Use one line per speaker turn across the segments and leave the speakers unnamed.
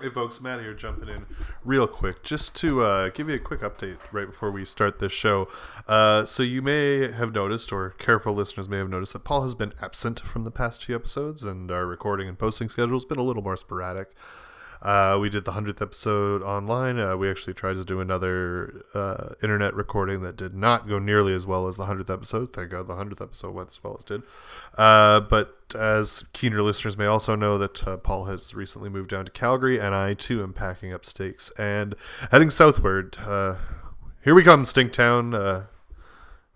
Hey folks, Matt here jumping in real quick just to uh, give you a quick update right before we start this show. Uh, so you may have noticed, or careful listeners may have noticed, that Paul has been absent from the past few episodes, and our recording and posting schedule has been a little more sporadic. Uh, we did the 100th episode online. Uh, we actually tried to do another uh, internet recording that did not go nearly as well as the 100th episode. Thank God the 100th episode went as well as did. Uh, but as keener listeners may also know, that uh, Paul has recently moved down to Calgary, and I too am packing up stakes and heading southward. Uh, here we come, Stinktown. Uh,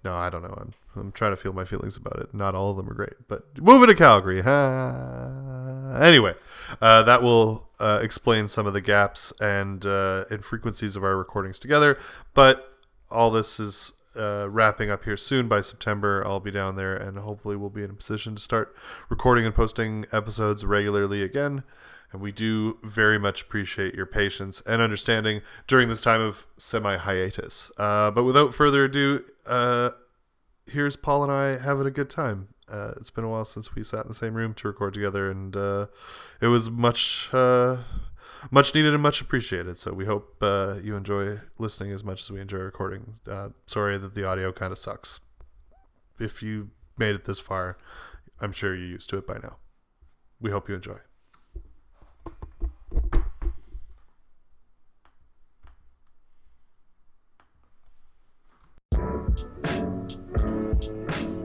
no, I don't know. I'm I'm trying to feel my feelings about it. Not all of them are great, but moving to Calgary. huh? Anyway, uh, that will uh, explain some of the gaps and uh, and frequencies of our recordings together. But all this is uh, wrapping up here soon. By September, I'll be down there, and hopefully, we'll be in a position to start recording and posting episodes regularly again. And we do very much appreciate your patience and understanding during this time of semi hiatus. Uh, but without further ado, uh, here's Paul and I having a good time. Uh, it's been a while since we sat in the same room to record together, and uh, it was much, uh, much needed and much appreciated. So we hope uh, you enjoy listening as much as we enjoy recording. Uh, sorry that the audio kind of sucks. If you made it this far, I'm sure you're used to it by now. We hope you enjoy.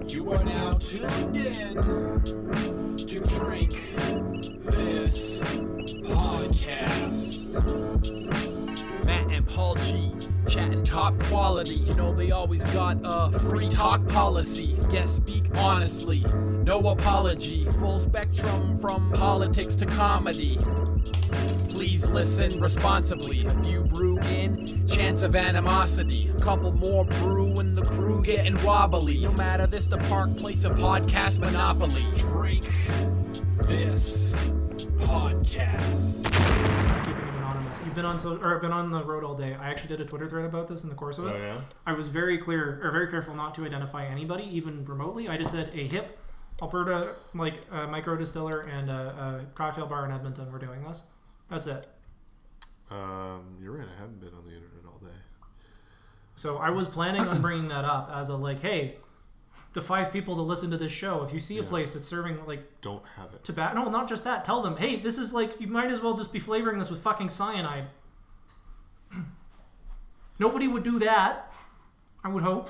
You are now tuned in to drink this podcast. Matt and Paul G chatting top quality. You know they always got a free talk policy. Guest speak honestly, no apology. Full spectrum from politics to comedy. Please listen responsibly. A few brew in, chance of animosity. A couple more brew and the crew getting wobbly. No matter this, the park place of podcast monopoly. Drink this podcast.
keep it anonymous. You've been on so, or I've been on the road all day. I actually did a Twitter thread about this in the course of it.
Oh, yeah.
I was very clear or very careful not to identify anybody, even remotely. I just said a hip Alberta like uh, micro distiller and a, a cocktail bar in Edmonton. We're doing this. That's it.
Um, you're right. I haven't been on the internet all day.
So I was planning on bringing that up as a like, hey, the five people that listen to this show, if you see a place that's serving like
Don't have it.
tobacco, no, not just that, tell them, hey, this is like, you might as well just be flavoring this with fucking cyanide. Nobody would do that, I would hope.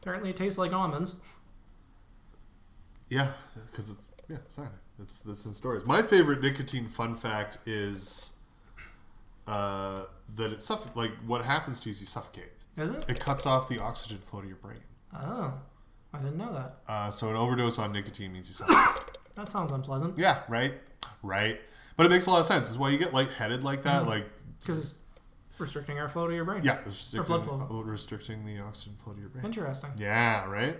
Apparently, it tastes like almonds.
Yeah, because it's yeah, cyanide. It's that's in stories. My favorite nicotine fun fact is uh, that it suff- like what happens to you is you suffocate.
Is it?
It cuts off the oxygen flow to your brain.
Oh, I didn't know that.
Uh, so an overdose on nicotine means you suffocate.
That sounds unpleasant.
yeah, right, right. But it makes a lot of sense. It's why you get lightheaded like that. Like
Because it's restricting airflow to your brain.
yeah, it's
Mm-hmm. Or blood flow.
restricting, restricting the oxygen flow to your brain.
Interesting.
Yeah, right.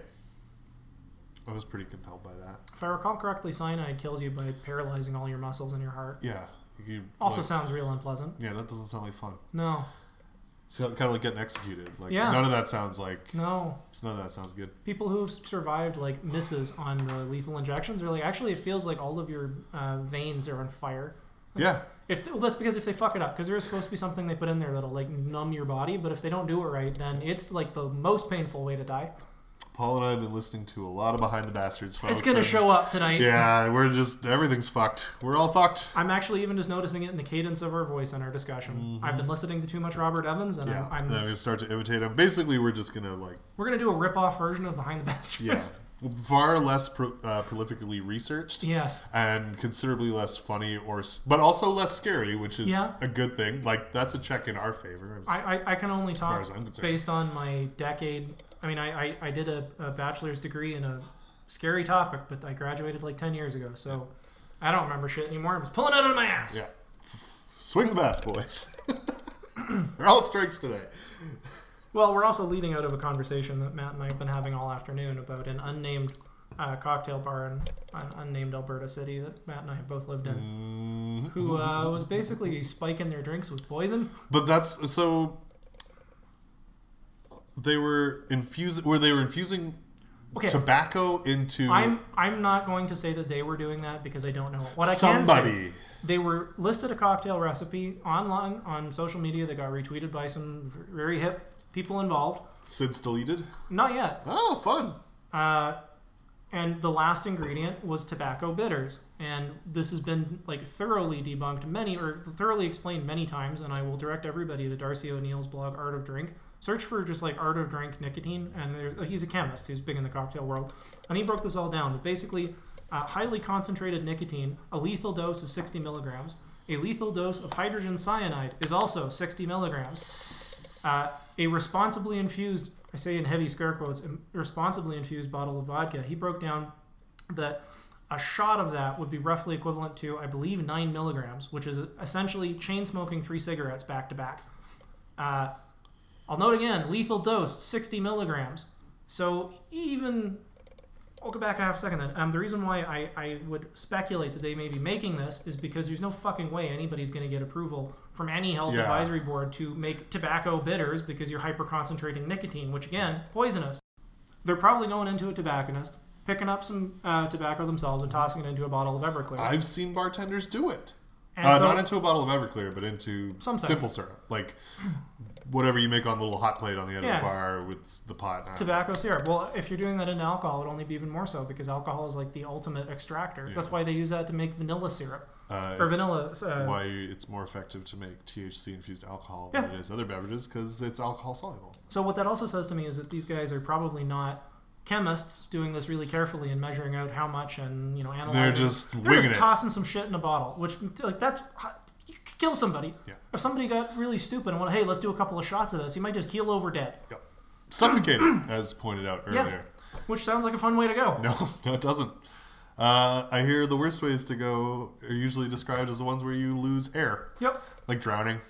I was pretty compelled by that.
If I recall correctly, cyanide kills you by paralyzing all your muscles in your heart.
Yeah. You,
Also
like-
sounds real unpleasant.
yeah, that doesn't sound like fun.
No,
So kind of like getting executed. Like
Yeah.
none of that sounds like
no.
none of that sounds good.
people who've survived like misses on the lethal injections are like actually it feels like all of your uh, veins are on fire
Yeah,
if well, that's because if they fuck it up because there's supposed to be something they put in there that'll like numb your body but if they don't do it right then it's like the most painful way to die
Paul and I have been listening to a lot of Behind the Bastards, folks.
it's gonna
and-
show up tonight
Oh, Yeah, we're just everything's fucked. We're all fucked.
i'm actually even just noticing it in the cadence of our voice in our discussion i've been listening to too much robert evans and
Mm-hmm. Yeah,
I'm,
and then
I'm,
we start to imitate him. Basically, we're just gonna like
we're gonna do a rip-off version of behind the bastards
yeah, far less pro- uh, prolifically researched.
yes
And considerably less funny, or s- but also less scary, which is
Yeah.
a good thing. Like that's a check in our favor.
I, I, I can only
far
talk
as I'm concerned.
based on my decade. I mean, I, I, I did a, a bachelor's degree in a scary topic, but I graduated like 10 years ago, so I don't remember shit anymore. I was pulling it out of my ass.
Yeah. Swing the bats, boys. They're all strikes today.
Well, we're also leading out of a conversation that Matt and I have been having all afternoon about an unnamed uh, cocktail bar in an unnamed Alberta city that Matt and I have both lived in,
Mm.
who uh, was basically spiking their drinks with poison.
But that's so. They were infusing. Were they were infusing
Okay.
tobacco into
I'm I'm not going to say that they were doing that because I don't know. What I can say-
somebody?
they were listed a cocktail recipe online on social media that got retweeted by some very hip people involved.
Since deleted.
Not yet.
Oh, fun.
Uh, and the last ingredient was tobacco bitters. And this has been like thoroughly debunked many or thoroughly explained many times. And I will direct everybody to Darcy O'Neill's blog, Art of Drink. Search for just like Art of Drink nicotine. And there, he's a chemist who's big in the cocktail world. And he broke this all down. But basically, uh, highly concentrated nicotine, a lethal dose is 60 milligrams. A lethal dose of hydrogen cyanide is also 60 milligrams. Uh, a responsibly infused, I say in heavy scare quotes, im- responsibly infused bottle of vodka. He broke down that a shot of that would be roughly equivalent to, I believe, nine milligrams, which is essentially chain smoking three cigarettes back to back. Uh, I'll note again, lethal dose, 60 milligrams. So even I'll go back a half a second then. Um, the reason why I, I would speculate that they may be making this is because there's no fucking way anybody's going to get approval from any health
Yeah.
advisory board to make tobacco bitters because you're hyper concentrating nicotine, which again, poisonous. They're probably going into a tobacconist, picking up some uh, tobacco themselves and tossing it into a bottle of Everclear.
I've seen bartenders do it.
And
Uh,
so-
not into a bottle of Everclear, but into
Sometimes.
simple syrup, like whatever you make on the little hot plate on the end of
Yeah.
the bar with the pot. Uh, I don't know.
tobacco syrup. Well, if you're doing that in alcohol, it would only be even more so because alcohol is like the ultimate extractor. That's why they use that to make vanilla syrup
Uh,
or
it's
vanilla. Uh,
Why it's more effective to make THC infused alcohol
Yeah.
than it is other beverages because it's alcohol soluble.
So what that also says to me is that these guys are probably not chemists doing this really carefully and measuring out how much and you know analyzing.
They're just
They're
winging
just
it.
tossing some shit in a bottle, which like that's you could kill somebody.
Yeah.
If somebody got really stupid and went, hey, let's do a couple of shots of this, he might just keel over dead.
Yep. Suffocated, as pointed out earlier.
Yeah. Which sounds like a fun way to go.
No, no, it doesn't. Uh, I hear the worst ways to go are usually described as the ones where you lose air,
Yep.
like drowning.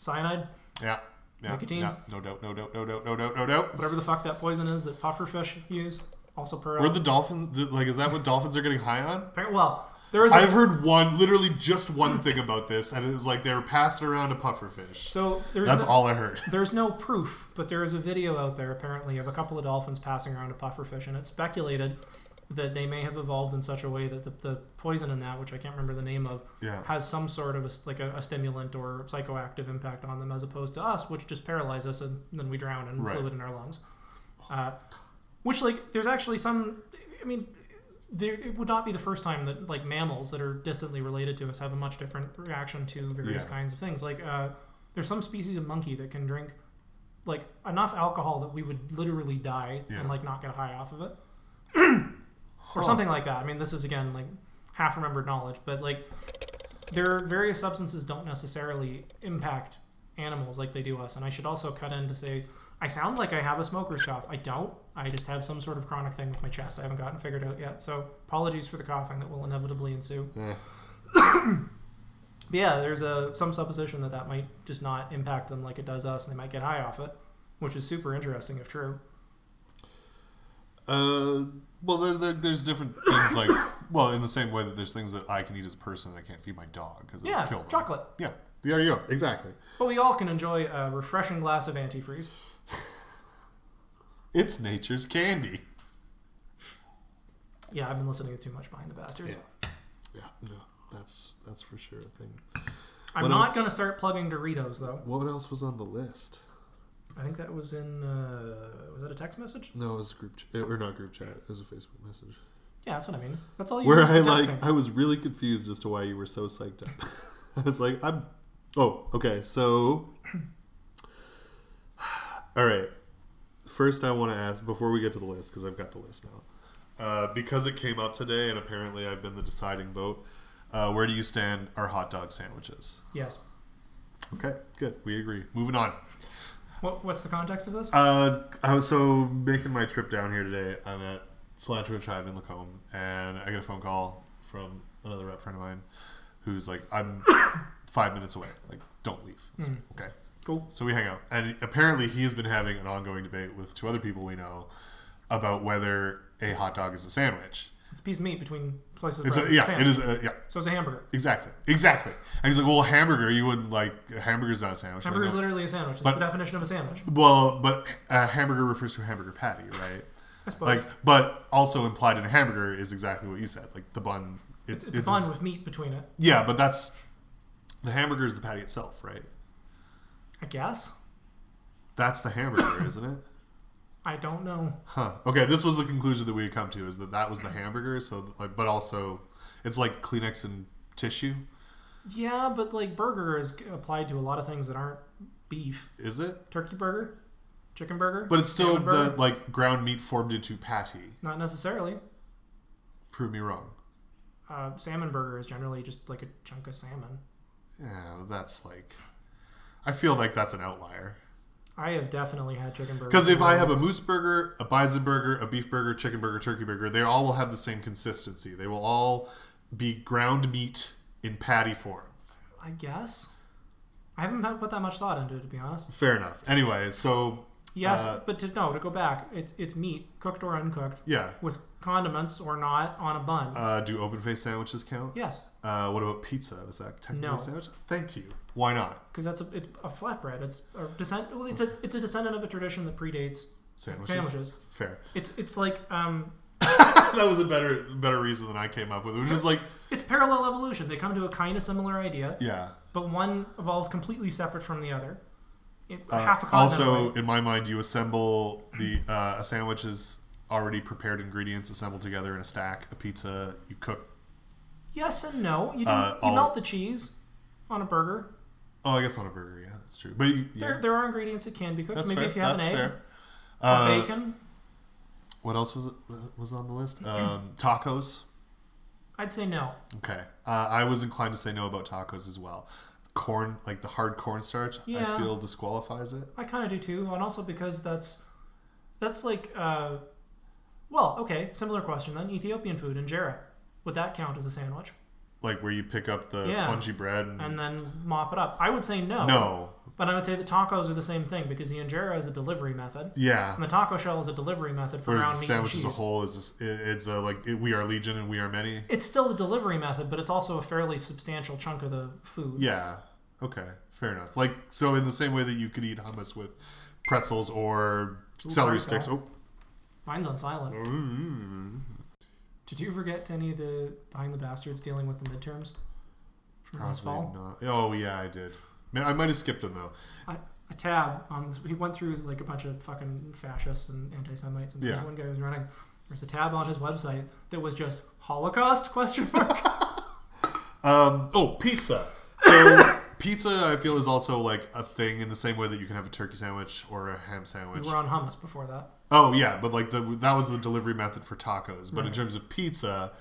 Cyanide,
Yeah. Yeah,
Nicotine.
yeah. No doubt, no doubt, no doubt, no doubt, no doubt.
whatever the fuck that poison is that pufferfish use, also per.
Were the dolphins did- like? Is that what dolphins are getting high on?
well, there is. a-
I've heard one, literally just one thing about this, and it was like they were passing around a pufferfish.
so there's
That's
a-
all I heard.
There's no proof, but there is a video out there apparently of a couple of dolphins passing around a pufferfish, and it's speculated that they may have evolved in such a way that the, the poison in that, which I can't remember the name of,
Yeah.
has some sort of a, like a, a stimulant or psychoactive impact on them, as opposed to us, which just paralyze us and then we drown and
Right.
fluid in our lungs. Uh, which like there's actually some, I mean. There, it would not be the first time that like mammals that are distantly related to us have a much different reaction to various
Yeah.
kinds of things. Like uh, there's some species of monkey that can drink like enough alcohol that we would literally die
Yeah.
and like not get high off of it or something like that i mean this is again like half remembered knowledge but like there are various substances don't necessarily impact animals like they do us and i should also cut in to say i sound like i have a smoker's cough i don't i just have some sort of chronic thing with my chest i haven't gotten figured out yet so apologies for the coughing that will inevitably ensue
Eh.
But yeah, there's a some supposition that that might just not impact them like it does us, and they might get high off it, which is super interesting if true.
Uh, well, there, there, there's different things like, well, in the same way that there's things that I can eat as a person and I can't feed my dog because
Yeah,
it'll kill them.
chocolate.
Yeah, there you go. Exactly.
But we all can enjoy a refreshing glass of antifreeze.
It's nature's candy.
Yeah, I've been listening to too much Behind the Bastards.
Yeah, no, that's that's for sure a thing.
I'm
What
not
else?
gonna start plugging Doritos though.
What else was on the list?
I think that was in uh, was that a text message?
No, it was a group ch- or not group chat. It was a Facebook message
Yeah, that's what I mean. That's all you.
where
use
I
for
like
texting.
I was really confused as to why you were so psyched up. I was like, I'm. Oh, okay. So, all right. First, I want to ask before we get to the list because I've got the list now. Uh, because it came up today, and apparently I've been the deciding vote. Uh, where do you stand? Our hot dog sandwiches.
yes.
Okay, good. We agree. Moving on.
What, what's the context of this?
Uh, I was so making my trip down here today. I'm at Cilantro and Chive in Lacombe, and I get a phone call from another rep friend of mine who's like, I'm five minutes away. Like, don't leave. I was like, Okay.
cool.
So we hang out. And apparently, he has been having an ongoing debate with two other people we know about whether a hot dog is a sandwich.
It's a piece of meat between slices. of
It's
bread.
a, yeah,
Sandwich.
it is. A, yeah,
So it's a hamburger.
exactly. Exactly. And he's like, well, hamburger, you wouldn't like, a hamburger's not a sandwich. I'm like,
Hamburger is
"No."
literally a sandwich. It's
But-
the definition of a sandwich.
Well, but a hamburger refers to a hamburger patty, right?
I suppose.
like, but also implied in a hamburger is exactly what you said, like the bun It-
It's, it's
it
fun
is-
with meat between it,
yeah, but that's the hamburger is the patty itself, right?
I guess.
That's the hamburger, isn't it?
I don't know.
Huh. Okay, this was the conclusion that we had come to is that that was the hamburger. So like, but also, it's like Kleenex and tissue.
Yeah, but like burger is applied to a lot of things that aren't beef.
Is it?
Turkey burger, chicken burger,
But it's still
Salmon
the
burger?
like ground meat formed into patty.
not necessarily.
Prove me wrong.
Uh, salmon burger is generally just like a chunk of salmon.
Yeah, that's like. I feel like that's an outlier.
I have definitely had chicken burger
Because if I have a moose burger, a bison burger, a beef burger, chicken burger, turkey burger, they all will have the same consistency. They will all be ground meat in patty form.
I guess. I haven't put that much thought into it, to be honest.
Fair enough. Anyway, so
Yes,
Uh,
but to no, to go back, it's it's meat, cooked or uncooked,
yeah,
with condiments or not on a bun.
uh, do open faced sandwiches count?
yes,
Uh, what about pizza? Is that technically
No.
a sandwich? Thank you. Why not?
because that's a it's a flatbread. It's a descent. Well, it's a it's a descendant of a tradition that predates
Sandwiches.
sandwiches.
Fair.
It's it's like um,
that was a better better reason than I came up with. It was just like,
it's parallel evolution. They come to a kind of similar idea,
yeah.
but one evolved completely separate from the other. It,
Uh,
half a continent
also,
away.
in my mind, you assemble the uh, a sandwich is already prepared ingredients assembled together in a stack. A pizza, you cook.
yes and no. You, do,
uh,
you
all-
melt the cheese on a burger.
Oh, I guess on a burger, yeah, that's true. But you, yeah,
There, there are ingredients that can be cooked.
that's
Maybe
fair.
if you have
that's
an egg,
fair.
or
Uh,
bacon.
what else was was on the list? Um, tacos.
I'd say no.
Okay, uh, I was inclined to say no about tacos as well. Corn, like the hard cornstarch,
Yeah.
I feel disqualifies it.
I kind of do too, and also because that's that's like uh, well, okay, similar question then. Ethiopian food injera would that count as a sandwich?
Like where you pick up the
Yeah.
spongy bread and,
And then mop it up. I would say no.
Mm. no,
But I would say the tacos are the same thing because the injera is a delivery method,
yeah.
and the taco shell is a delivery method for
Whereas the
ground meat and
sandwich
cheese.
as a whole is it- it's a like it, we are legion and we are many.
It's still the delivery method, but it's also a fairly substantial chunk of the food.
Yeah. Okay. Fair enough. Like so, in the same way that you could eat hummus with pretzels or celery
sorry,
sticks. mm-hmm. Oh,
Kyle. Mine's on silent. Did you ever get to any of the behind the bastards dealing with the midterms from last fall?
probably not. Oh yeah, I did. Man, I might have skipped them though.
a, a tab on this. He went through like a bunch of fucking fascists and anti-Semites, and there's
Yeah.
one guy who was running. There's a tab on his website that was just Holocaust question mark.
Um. Oh, pizza. So pizza, I feel, is also like a thing in the same way that you can have a turkey sandwich or a ham
we
sandwich.
were on hummus before that.
Oh yeah, but like the that was the delivery method for tacos. But in terms of pizza,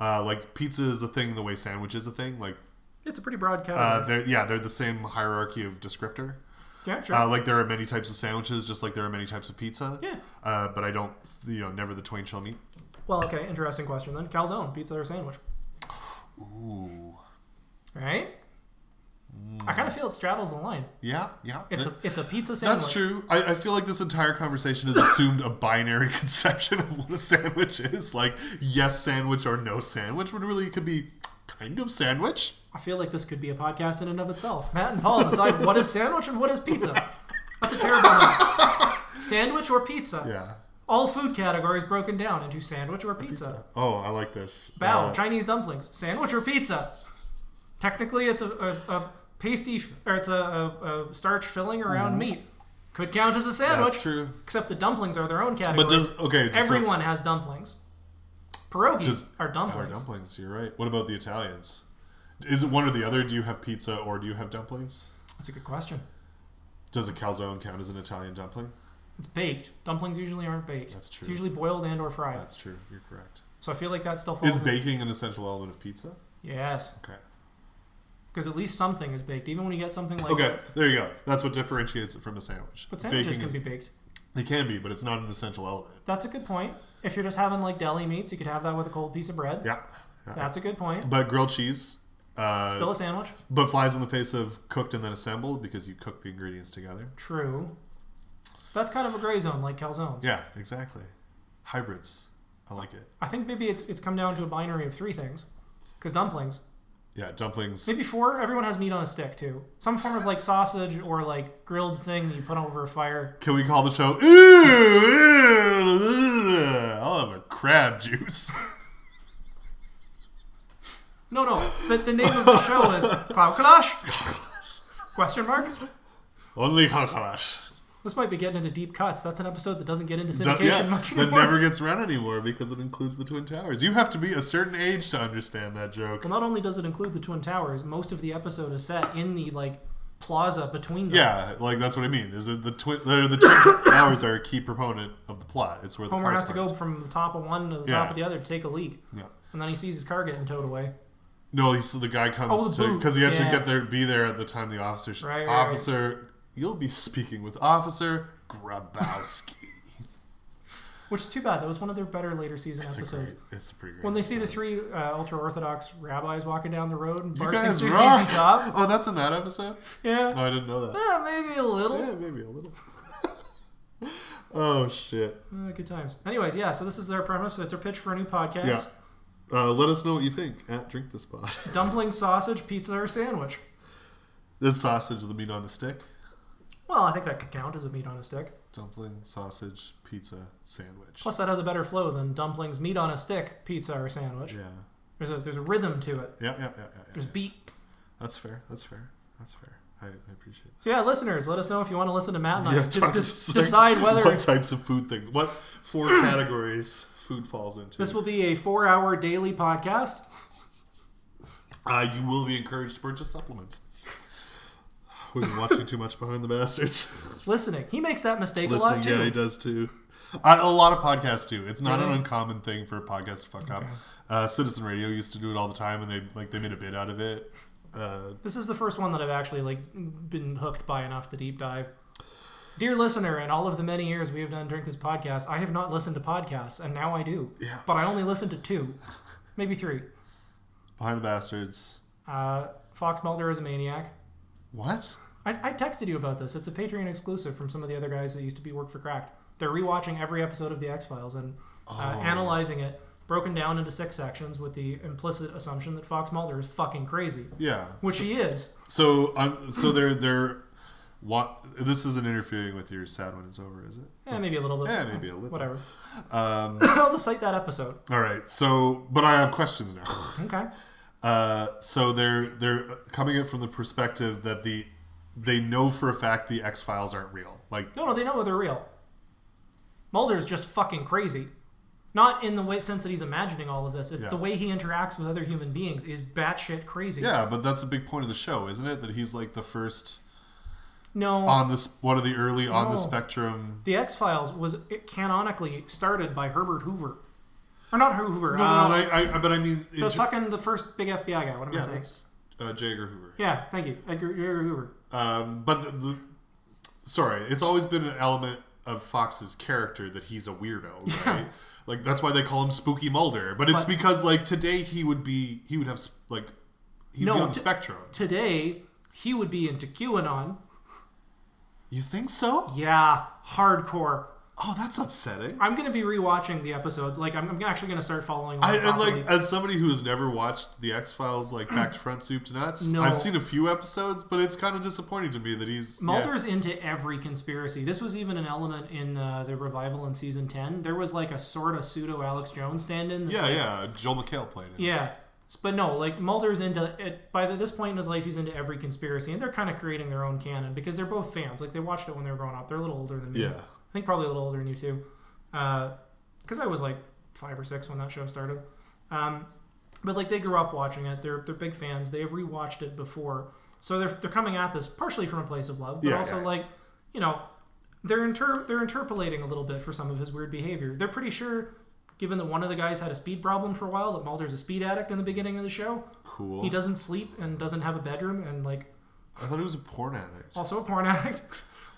uh, like pizza is a thing the way sandwich is a thing. Like
It's a pretty broad
uh,
category.
they're yeah they're the same hierarchy of descriptor.
yeah, sure.
Uh, like there are many types of sandwiches, just like there are many types of pizza.
Yeah.
Uh, but I don't, you know, never the twain shall meet.
well, okay. Interesting question then. Calzone, pizza or sandwich?
Ooh.
Right? I kind of feel it straddles the line.
Yeah, yeah.
It's a,
Th-
it's a pizza sandwich.
that's true. I, I feel like this entire conversation has assumed a binary conception of what a sandwich is. Like, yes, sandwich or no sandwich, when really it could be kind of sandwich.
I feel like this could be a podcast in and of itself. Matt and Paul decide what is sandwich and what is pizza. That's a terrible one. Sandwich or pizza?
Yeah.
All food categories broken down into sandwich or pizza.
Oh, I like this.
Bao,
Uh,
Chinese dumplings, sandwich or pizza. Technically, it's a, a, a pasty, f- or it's a, a, a starch filling around meat. Could count as a sandwich.
Mm-hmm. that's true.
Except the dumplings are their own category.
But does, okay. so-
Everyone has dumplings. Pierogies
Does-
are
Or
dumplings.
dumplings, you're right. What about the Italians? Is it one or the other? Do you have pizza or do you have dumplings?
That's a good question.
Does a calzone count as an Italian dumpling?
It's baked. Dumplings usually aren't baked.
That's true.
It's usually boiled and or fried.
That's true. You're correct.
so I feel like that still falls.
Is
in-
baking an essential element of pizza?
Yes,
Okay.
because at least something is baked. Even when you get something like
Okay, there you go. That's what differentiates it from a sandwich.
but sandwiches
baking
can
is,
be baked.
they can be, but it's not an essential element.
That's a good point. If you're just having like deli meats, you could have that with a cold piece of bread.
Yeah. yeah.
That's a good point.
But grilled cheese,
Still
uh,
a sandwich.
but flies in the face of cooked and then assembled because you cook the ingredients together.
True. That's kind of a gray zone, like calzones.
Yeah, exactly. Hybrids. I like it.
I think maybe it's it's come down to a binary of three things, because dumplings.
Yeah, dumplings.
Maybe four. Everyone has meat on a stick too. Some form of like sausage or like grilled thing that you put over a fire.
Can we call the show? Ooh, ooh, I'll have a crab juice.
No, no. The, the name of the show is Cloud Clash? Question mark?
Only Kakarash.
This might be getting into deep cuts. That's an episode that doesn't get into
Do-
syndication
yeah,
much
that
anymore.
never gets run anymore because it includes the Twin Towers. You have to be a certain age to understand that joke.
Well, not only does it include the Twin Towers, most of the episode is set in the like plaza between them.
Yeah, like that's what I mean. Is that the twin? The, the twin towers are a key proponent of the plot. It's where the
Homer
cars
has to go from the top of one to the
Yeah.
top of the other to take a leak,
Yeah.
and then he sees his car getting towed away.
No, he's, the guy comes
Oh, the
to
booth.
because he had
Yeah.
to get there, be there at the time the officer. sh-
Right, right, right.
officer, you'll be speaking with Officer Grabowski.
Which is too bad. That was one of their better later season
it's a
episodes.
great. It's a pretty great.
When they see the three uh, ultra orthodox rabbis walking down the road, and
you
Bart thinks
guys
they're
rock.
ZZ Top.
Oh, that's in that episode.
Yeah,
Oh, I didn't know that.
Eh, maybe a little.
Yeah, maybe a little. oh shit.
Uh, good times. Anyways, yeah. So this is their premise. It's their pitch for a new podcast:
Yeah. Uh, let us know what you think at Drink the Spot.
dumpling, sausage, pizza, or sandwich.
this sausage, the meat on the stick,
Well, I think that could count as a meat on a stick.
dumpling, sausage, pizza, sandwich.
Plus, that has a better flow than dumplings, meat on a stick, pizza, or sandwich.
Yeah.
There's a there's a rhythm to it.
Yeah, yeah, yeah, yeah, yeah.
There's beat.
That's fair. That's fair. That's fair. I, I appreciate that.
So yeah, listeners, let us know if you want to listen to Matt and I. Just-
trying to
just
decide
Uh, decide whether
what types of food thing, what four categories food falls into.
this will be a four-hour daily podcast.
uh, you will be encouraged to purchase supplements. We've been watching too much behind the bastards.
Listening. He makes that mistake a
Listening,
lot too.
yeah, he does too. I, a lot of podcasts do. It's not an uncommon thing for a podcast to fuck up. Uh, Citizen Radio used to do it all the time, and they like they made a bit out of it. Uh,
This is the first one that I've actually like been hooked by enough to deep dive. Dear listener, in all of the many years we have done drink this podcast, I have not listened to podcasts, and now I do.
Yeah.
But I only listened to two, maybe three.
behind the bastards.
Uh, Fox Mulder is a maniac.
What?
I, I texted you about this. It's a Patreon exclusive from some of the other guys that used to be work for Cracked. They're rewatching every episode of the X Files and uh,
Oh.
analyzing it, broken down into six sections, with the implicit assumption that Fox Mulder is fucking crazy,
Yeah.
which he is.
So I'm so they're they're what this isn't interfering with your sad when it's over, is it?
Yeah, maybe a little bit.
Yeah, maybe a little.
Whatever.
Um,
I'll just cite that episode.
all right. So, but I have questions now.
Okay.
Uh, so they're they're coming in from the perspective that the they know for a fact the X Files aren't real. Like
No, no, they know they're real. Mulder's just fucking crazy. Not in the way, sense that he's imagining all of this. It's
Yeah.
the way he interacts with other human beings is batshit crazy.
yeah, but that's a big point of the show, isn't it? That he's like the first
No.
on this one of the early on the
No.
spectrum.
The X Files was it canonically started by Herbert Hoover, or not Hoover?
No, no,
uh,
no I, I, but I mean, in
the
ter-
fucking the first big FBI guy. What am
yeah,
I saying?
that's uh, J. Edgar Hoover.
Yeah, thank you, Edgar, Edgar Hoover.
Um, but the, the sorry, it's always been an element of Fox's character that he's a weirdo, right? Like that's why they call him Spooky Mulder. But it's
But-
because like today he would be he would have sp- like he'd
No,
be on the
t-
spectrum.
Today he would be into QAnon.
You think so?
Yeah, hardcore.
Oh, that's upsetting.
I'm gonna be rewatching the episodes. Like I'm, I'm actually gonna start following. along
I, and
properly.
like as somebody who has never watched the X Files like back to front soup to nuts,
No.
I've seen a few episodes, but it's kind of disappointing to me that he's yeah.
Mulder's into every conspiracy. This was even an element in uh, the revival in season ten. There was like a sort of pseudo Alex Jones stand-in. that
Yeah, yeah, Joel McHale played it.
Yeah, S- but no, like Mulder's into it. By the, this point in his life, he's into every conspiracy, and they're kind of creating their own canon because they're both fans. Like they watched it when they were growing up. They're a little older than me.
Yeah.
I think probably a little older than you too, Uh, because I was like five or six when that show started. Um, but like they grew up watching it. They're they're big fans. They have rewatched it before, so they're they're coming at this partially from a place of love, but
Yeah,
also
yeah.
like you know they're inter- they're interpolating a little bit for some of his weird behavior. They're pretty sure, given that one of the guys had a speed problem for a while, that Mulder's a speed addict in the beginning of the show.
Cool.
He doesn't sleep and doesn't have a bedroom and like
I thought he was a porn addict.
also a porn addict.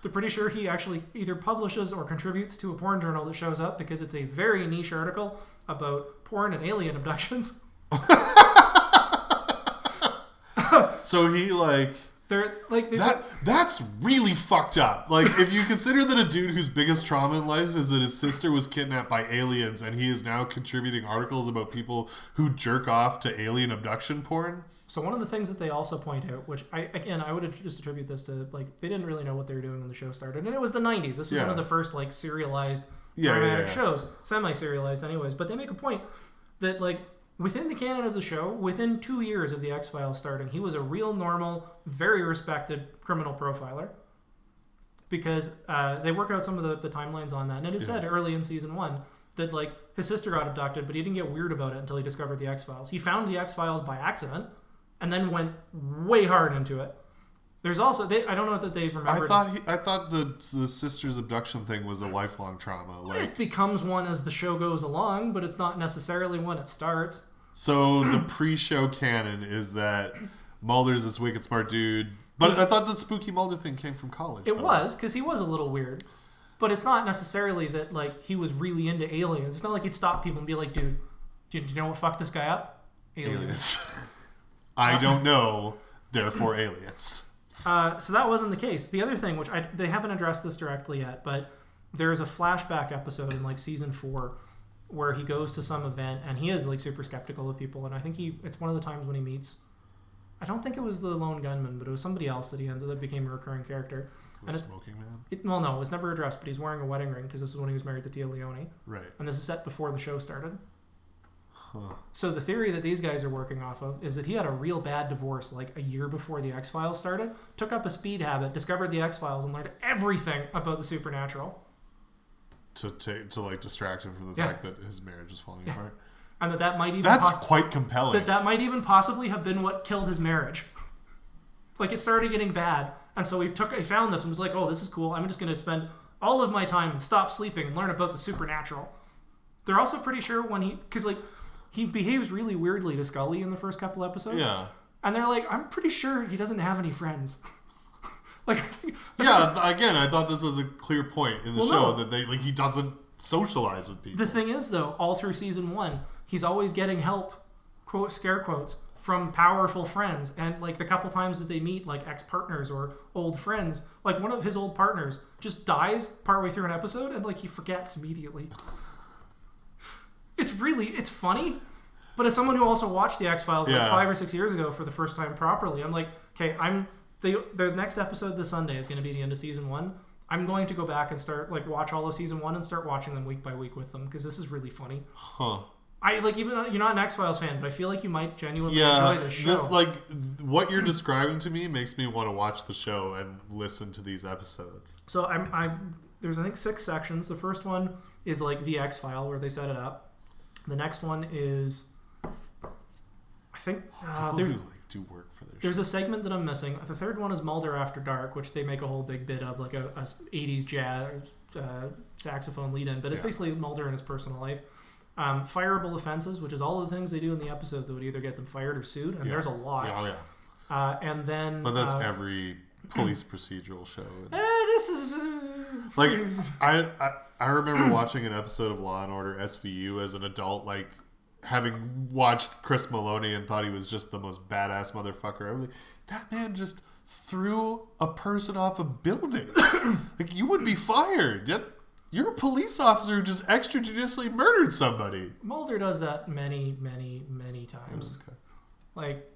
They're pretty sure he actually either publishes or contributes to a porn journal that shows up because it's a very niche article about porn and alien abductions.
So he like
They're like they
That that's really fucked up. Like if you consider that a dude whose biggest trauma in life is that his sister was kidnapped by aliens and he is now contributing articles about people who jerk off to alien abduction porn.
So one of the things that they also point out, which I again I would just attribute this to like they didn't really know what they were doing when the show started, and it was the '90s. This was one
Yeah.
of the first like serialized
Yeah, yeah,
dramatic
yeah.
shows, semi-serialized, anyways. But they make a point that like within the canon of the show, within two years of the X Files starting, he was a real normal, very respected criminal profiler. Because uh, they work out some of the, the timelines on that, and it is said early in season one that like his sister got abducted, but he didn't get weird about it until he discovered the X Files. He found the X Files by accident, and then went way hard into it. There's also they, I don't know that they've
I
remembered.
thought he, I thought the the sister's abduction thing was a lifelong trauma. Like
it becomes one as the show goes along, but it's not necessarily when it starts.
so, the pre-show canon is that Mulder's this wicked smart dude. But I thought the spooky Mulder thing came from college.
It
though.
was because he was a little weird, but it's not necessarily that like he was really into aliens. It's not like he'd stop people and be like, "Dude, do you, do you know what fucked this guy up? Aliens."
aliens. I don't know. Therefore, aliens.
Uh, so that wasn't the case. The other thing, which I, they haven't addressed this directly yet, but there is a flashback episode in like season four where he goes to some event and he is like super skeptical of people. And I think he it's one of the times when he meets. I don't think it was the lone gunman, but it was somebody else that he ends up that became a recurring character.
The
And it's,
smoking man.
it, well, no, it's never addressed, but he's wearing a wedding ring because this is when he was married to Tia Leone
Right.
and this is set before the show started.
Huh.
So the theory that these guys are working off of is that he had a real bad divorce like a year before the X Files started, took up a speed habit, discovered the X Files, and learned everything about the supernatural.
To take to like distract him from the
Yeah.
fact that his marriage is falling apart.
And that that might even
That's
pos-
quite compelling.
that that might even possibly have been what killed his marriage. like it started getting bad, and so he took he found this and was like, "Oh, this is cool. I'm just going to spend all of my time and stop sleeping and learn about the supernatural." They're also pretty sure when he because like he behaves really weirdly to Scully in the first couple episodes.
yeah.
And they're like, I'm pretty sure he doesn't have any friends. like, I think-
Yeah. th- Again, I thought this was a clear point in the
Well,
show
no.
that they like he doesn't socialize with people.
the thing is, though, all through season one, he's always getting help, quote, scare quotes, from powerful friends. And, like, the couple times that they meet, like, ex partners or old friends, like, one of his old partners just dies partway through an episode and, like, he forgets immediately. it's really, it's funny. But as someone who also watched the X Files like
Yeah.
five or six years ago for the first time properly, I'm like, okay, I'm the the next episode this Sunday is going to be the end of season one. I'm going to go back and start like watch all of season one and start watching them week by week with them because this is really funny.
huh.
I like even though you're not an X Files fan, but I feel like you might genuinely
Yeah.
enjoy this show.
This like th- what you're describing to me makes me want to watch the show and listen to these episodes.
So I'm, I'm there's I think six sections. The first one is like the X file where they set it up. The next one is I think uh,
People
there,
who like do work for their
There's
show.
a segment that I'm missing. The third one is Mulder After Dark, which they make a whole big bit of, like a, a 80s jazz uh, saxophone lead in, but it's
Yeah.
basically Mulder and his personal life. Um, fireable offenses, which is all the things they do in the episode that would either get them fired or sued, and
Yeah.
there's a lot.
Yeah, oh, yeah.
Uh, and then.
But that's
uh,
every police procedural show.
eh, this is. uh,
like I, I I remember watching an episode of Law and Order SVU as an adult, like having watched Chris Maloney and thought he was just the most badass motherfucker ever. Like, that man just threw a person off a building. like you would be fired. Yet you're a police officer who just extrajudicially murdered somebody.
Mulder does that many, many, many times.
Okay.
Like,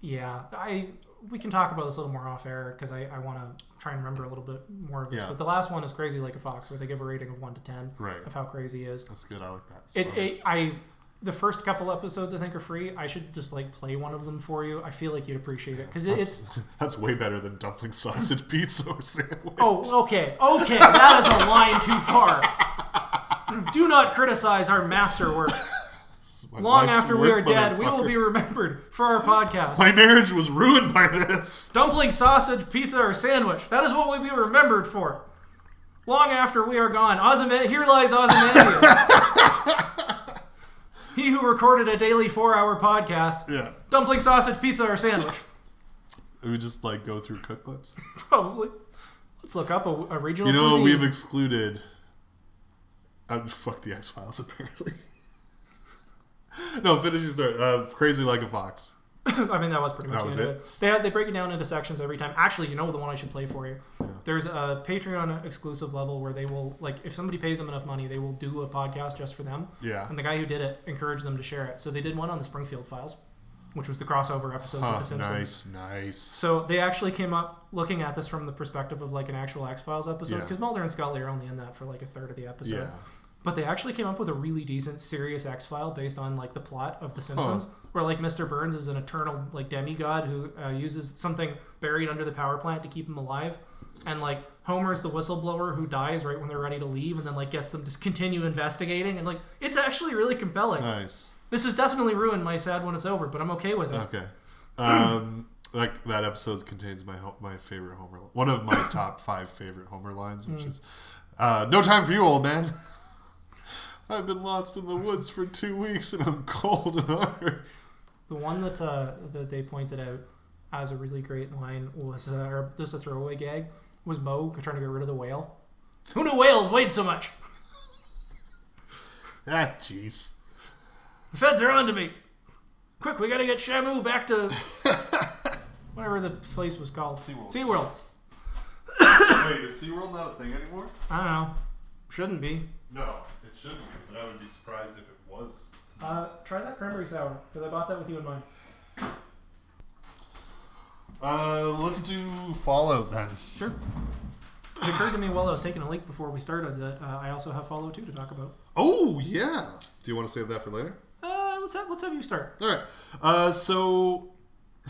yeah, I we can talk about this a little more off air because I, I want to try and remember a little bit more of this.
Yeah.
But the last one is crazy like a fox, where they give a rating of one to ten
Right.
of how crazy he is.
That's good. I like that. It's
It,
fun.
it I the first couple episodes I think are free. I should just like play one of them for you. I feel like you'd appreciate it because it, it's
that's, that's way better than dumpling sausage pizza or sandwich.
Oh, okay, okay. That is a line too far. Do not criticize our masterwork.
My
Long
life's
after we are
work,
dead, we will
motherfucker.
be remembered for our podcast.
My marriage was ruined by this.
Dumpling, sausage, pizza, or sandwich. That is what we'll be remembered for. Long after we are gone, Ozyman- here lies Ozymandias. he who recorded a daily four-hour podcast.
Yeah.
Dumpling, sausage, pizza, or sandwich.
We just like go through cookbooks.
Probably. Let's look up a, a regional
You know,
cuisine.
we've excluded. Uh, fuck the X Files, apparently. no, finish your story. Uh, Crazy Like a Fox.
I mean, that was pretty much
That
the
was
end
it?
of it. They, they break it down into sections every time. Actually, you know the one I should play for you. There's a Patreon exclusive level where they will, like, if somebody pays them enough money, they will do a podcast just for them.
Yeah.
And the guy who did it encouraged them to share it. So they did one on the Springfield Files, which was the crossover episode
Huh,
with The Simpsons.
Oh, nice, nice.
So they actually came up looking at this from the perspective of, like, an actual X Files episode
Yeah.
because Mulder and Scully are only in that for, like, a third of the episode.
Yeah.
but they actually came up with a really decent serious X file based on like the plot of The Simpsons, where like Mr. Burns is an eternal like demigod who uh, uses something buried under the power plant to keep him alive, and like Homer's the whistleblower who dies right when they're ready to leave, and then like gets them to continue investigating, and like it's actually really compelling.
Nice.
This has definitely ruined my sad when it's over, but I'm okay with it.
Okay. Um, like that episode contains my ho- my favorite Homer, li- one of my top five favorite Homer lines,
Hmm.
which is, uh, "No time for you, old man. I've been lost in the woods for two weeks and I'm cold and hungry."
The one that uh, that they pointed out as a really great line was, uh, or just a throwaway gag, was Mo trying to get rid of the whale. Who knew whales weighed so much?
Ah, jeez.
The feds are onto me. Quick, we gotta get Shamu back to whatever the place was called.
SeaWorld.
SeaWorld.
Wait, is SeaWorld not a thing anymore?
I don't know. Shouldn't be.
No, it shouldn't be. But I would be surprised if it was.
Uh, try that cranberry sour because I bought that with you in mind.
Uh, let's do Fallout then.
Sure. It occurred to me while I was taking a leak before we started that uh, I also have Fallout 2 to talk about.
Oh yeah. Do you want to save that for later?
Uh, let's have, let's have you start.
All right. Uh, so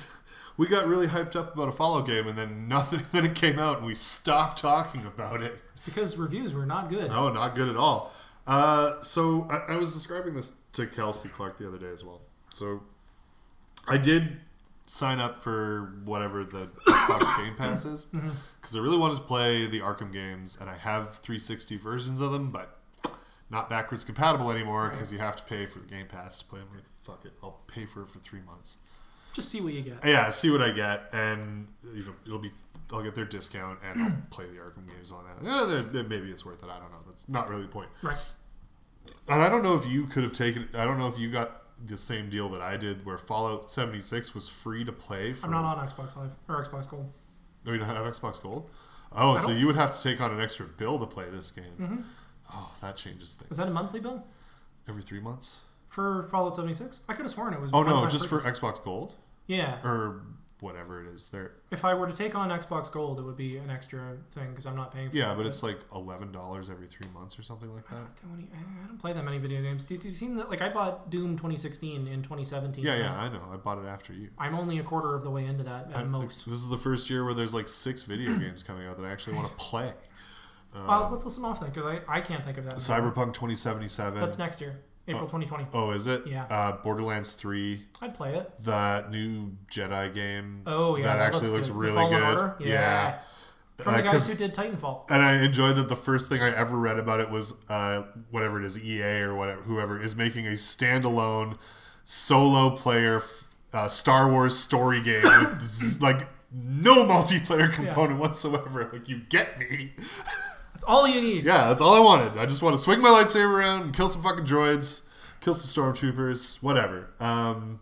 we got really hyped up about a Fallout game, and then nothing. Then it came out, and we stopped talking about it.
Because reviews were not good.
No, not good at all. Uh, so I, I was describing this to Kelsey Clark the other day as well. So I did sign up for whatever the Xbox Game Pass is because I really wanted to play the Arkham games, and I have 360 versions of them, but not backwards compatible anymore because you have to pay for the Game Pass to play them. Like, fuck it, I'll pay for it for three months
Just see what you get.
yeah, see what I get, and you know it'll be I'll get their discount and I'll play the Arkham games on that. Yeah, they're- they're- maybe it's worth it. I don't know. That's not really the point.
Right.
And I don't know if you could have taken. I don't know if you got the same deal that I did, where Fallout seventy six was free to play. For,
I'm not on Xbox Live or Xbox Gold.
No, you don't have Xbox Gold. Oh, so
don't- Mm-hmm.
you would have to take on an extra bill to play this game. Oh, that changes things.
Is that a monthly bill
Every three months?
for Fallout 76? I could have sworn it was.
Oh
one
no,
time
just for
purchase.
Xbox Gold
yeah.
or whatever it is there.
If I were to take on Xbox Gold, it would be an extra thing because I'm not paying. for
Yeah,
it.
but it's like eleven dollars every three months or something like that.
Tony, I don't play that many video games. Did you seen that? Like I bought Doom 2016 in 2017.
Yeah, yeah, I know. I bought it after you.
I'm only a quarter of the way into that at
I-
most.
This is the first year where there's like six video games coming out that I actually want to play. Um,
well, let's listen off then because I, I can't think of that.
Cyberpunk 2077.
That's next year, April 2020.
Oh, is it?
Yeah.
Uh, Borderlands 3,
I'd play it.
the new Jedi game.
Oh yeah,
That, actually looks,
good. The
really
Fallen
good.
Order? Yeah.
Yeah.
From
Uh,
the guys
'cause-
who did Titanfall.
And I enjoyed that the first thing I ever read about it was uh, whatever it is, EA or whatever, whoever is making a standalone solo player f- uh, Star Wars story game with z- like no multiplayer component whatsoever. Like you get me.
That's all you need.
Yeah, that's all I wanted. I just want to swing my lightsaber around and kill some fucking droids, kill some stormtroopers, whatever. Um,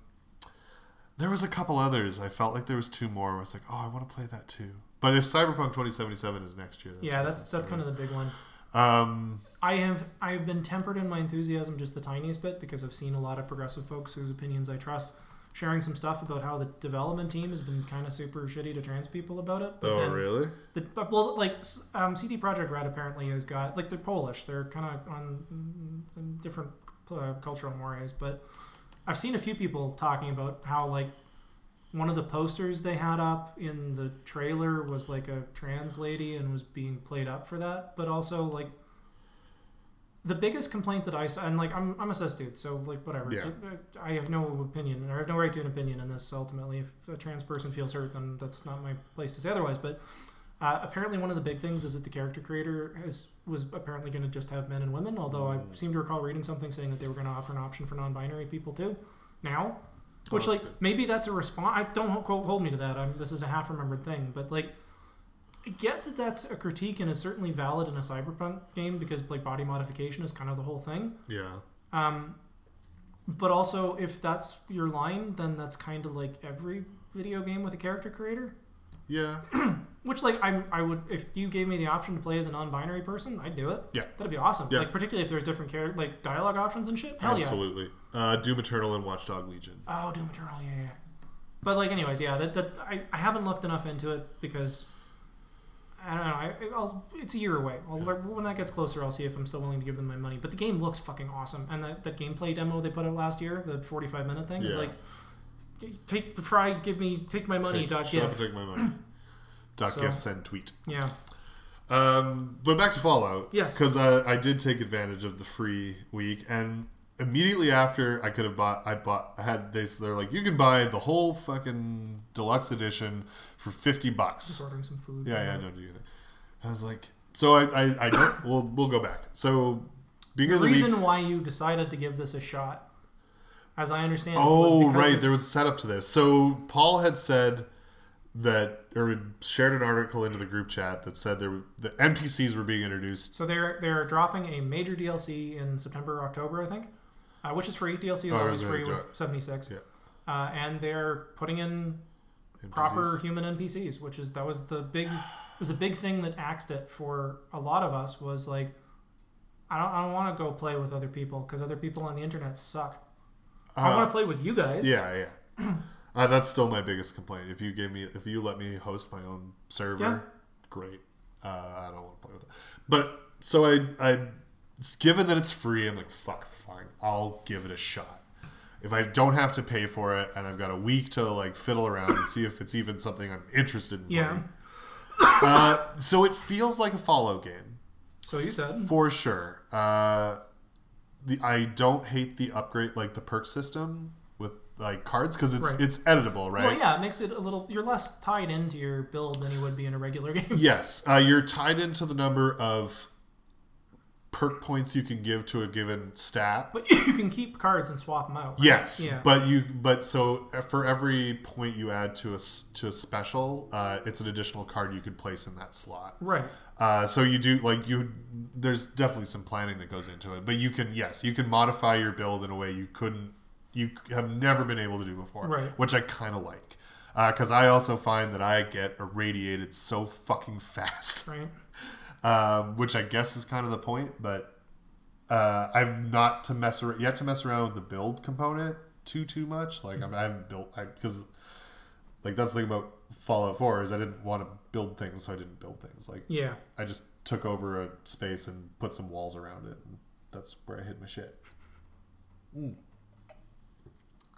there was a couple others. I felt like there was two more. I was like, oh, I want to play that too. But if Cyberpunk 2077 is next year, that's
Yeah, that's that's kind of the big one.
Um,
I have I have been tempered in my enthusiasm just the tiniest bit because I've seen a lot of progressive folks whose opinions I trust sharing some stuff about how the development team has been kind of super shitty to trans people about it. But then
Oh, really?
The, but, well, like s- um, CD Projekt Red apparently has got like they're Polish. They're kind of on mm, different uh, cultural mores, but I've seen a few people talking about how like one of the posters they had up in the trailer was like a trans lady and was being played up for that, but also like the biggest complaint that I saw, and like I'm, I'm a cis dude, so like whatever. uh,
Yeah.
I have no opinion, or I have no right to an opinion in this. Ultimately, if a trans person feels hurt, then that's not my place to say otherwise. But uh, apparently, one of the big things is that the character creator has, was apparently going to just have men and women. Although I seem to recall reading something saying that they were going to offer an option for non-binary people too. Now, which
Oh, that's
like
good.
maybe that's a response. I don't ho- quote hold me to that. I'm, this is a half-remembered thing, but like. I get that that's a critique and is certainly valid in a cyberpunk game because like body modification is kind of the whole thing.
Yeah.
Um, but also, if that's your line, then that's kind of like every video game with a character creator.
Yeah.
Which like I I would if you gave me the option to play as a non-binary person, I'd do it.
Yeah.
that'd be awesome.
Yeah.
Like particularly if there's different character like dialogue options and shit. Hell yeah.
Absolutely. Uh, Doom Eternal and Watchdog Legion.
Oh, Doom Eternal, yeah, yeah. yeah. But like, anyways, yeah. That, that I, I haven't looked enough into it because I don't know. I, I'll, it's a year away. I'll, When that gets closer, I'll see if I'm still willing to give them my money. But the game looks fucking awesome, and that, that gameplay demo they put out last year, the 45 minute thing, is
Yeah.
like, take try give me take my money.
Take-
dot
shut up and
give.
take my money. Dot
So-
gif send tweet.
Yeah,
Um, but back to Fallout.
Yes.
Because I, I did take advantage of the free week, and immediately after I could have bought, I bought, I had they. They're like, you can buy the whole fucking deluxe edition for fifty bucks.
ordering some food.
Yeah, yeah, don't do anything. I was like, so I, I, I don't. we'll, we'll go back. So beginning
The
of the week.
reason why you decided to give this a shot, as I understand, it, was
Oh,
because
right.
of-
There was a setup to this. So Paul had said that, or had shared an article into the group chat that said there were, the NPCs were being introduced.
So they're they're dropping a major DLC in September or October, I think, uh, which is free. DLC is
Oh,
always
is it
free
dro-
with 76.
Yeah.
Uh, and they're putting in proper
NPCs.
human NPCs, which is that was the big was a big thing that axed it for a lot of us was like, I don't I don't want to go play with other people because other people on the internet suck. I
Uh,
want to play with you guys.
Yeah, yeah. uh, that's still my biggest complaint. If you gave me, if you let me host my own server,
Yeah.
great. Uh, I don't want to play with it. But so I, I, given that it's free, I'm like, fuck, fine, I'll give it a shot. If I don't have to pay for it, and I've got a week to like fiddle around and see if it's even something I'm interested in.
Yeah.
playing. Uh, so it feels like a Fallout game.
So you said.
For sure. Uh, the I don't hate the upgrade like the perk system with like cards because it's
Right.
it's editable, right?
Well, yeah, it makes it a little. You're less tied into your build than you would be in a regular game.
Yes, uh, you're tied into the number of perk points you can give to a given stat.
But you can keep cards and swap them out. right?
Yes,
Yeah.
but you but so uh, for every point you add to a s- to a special, uh, it's an additional card you could place in that slot.
right.
Uh, so you do like you. There's definitely some planning that goes into it, but you can yes, you can modify your build in a way you couldn't, you have never been able to do before,
Right.
which I kind of like, because I also find that I get irradiated so fucking fast,
Right.
um, which I guess is kind of the point. But uh, I've not to mess ar- yet to mess around with the build component too too much. Like I'm, I haven't built because like that's the thing about Fallout Four is I didn't want to build things, so I didn't build things. Like
Yeah.
I just took over a space and put some walls around it, and that's where I hid my shit. Mm.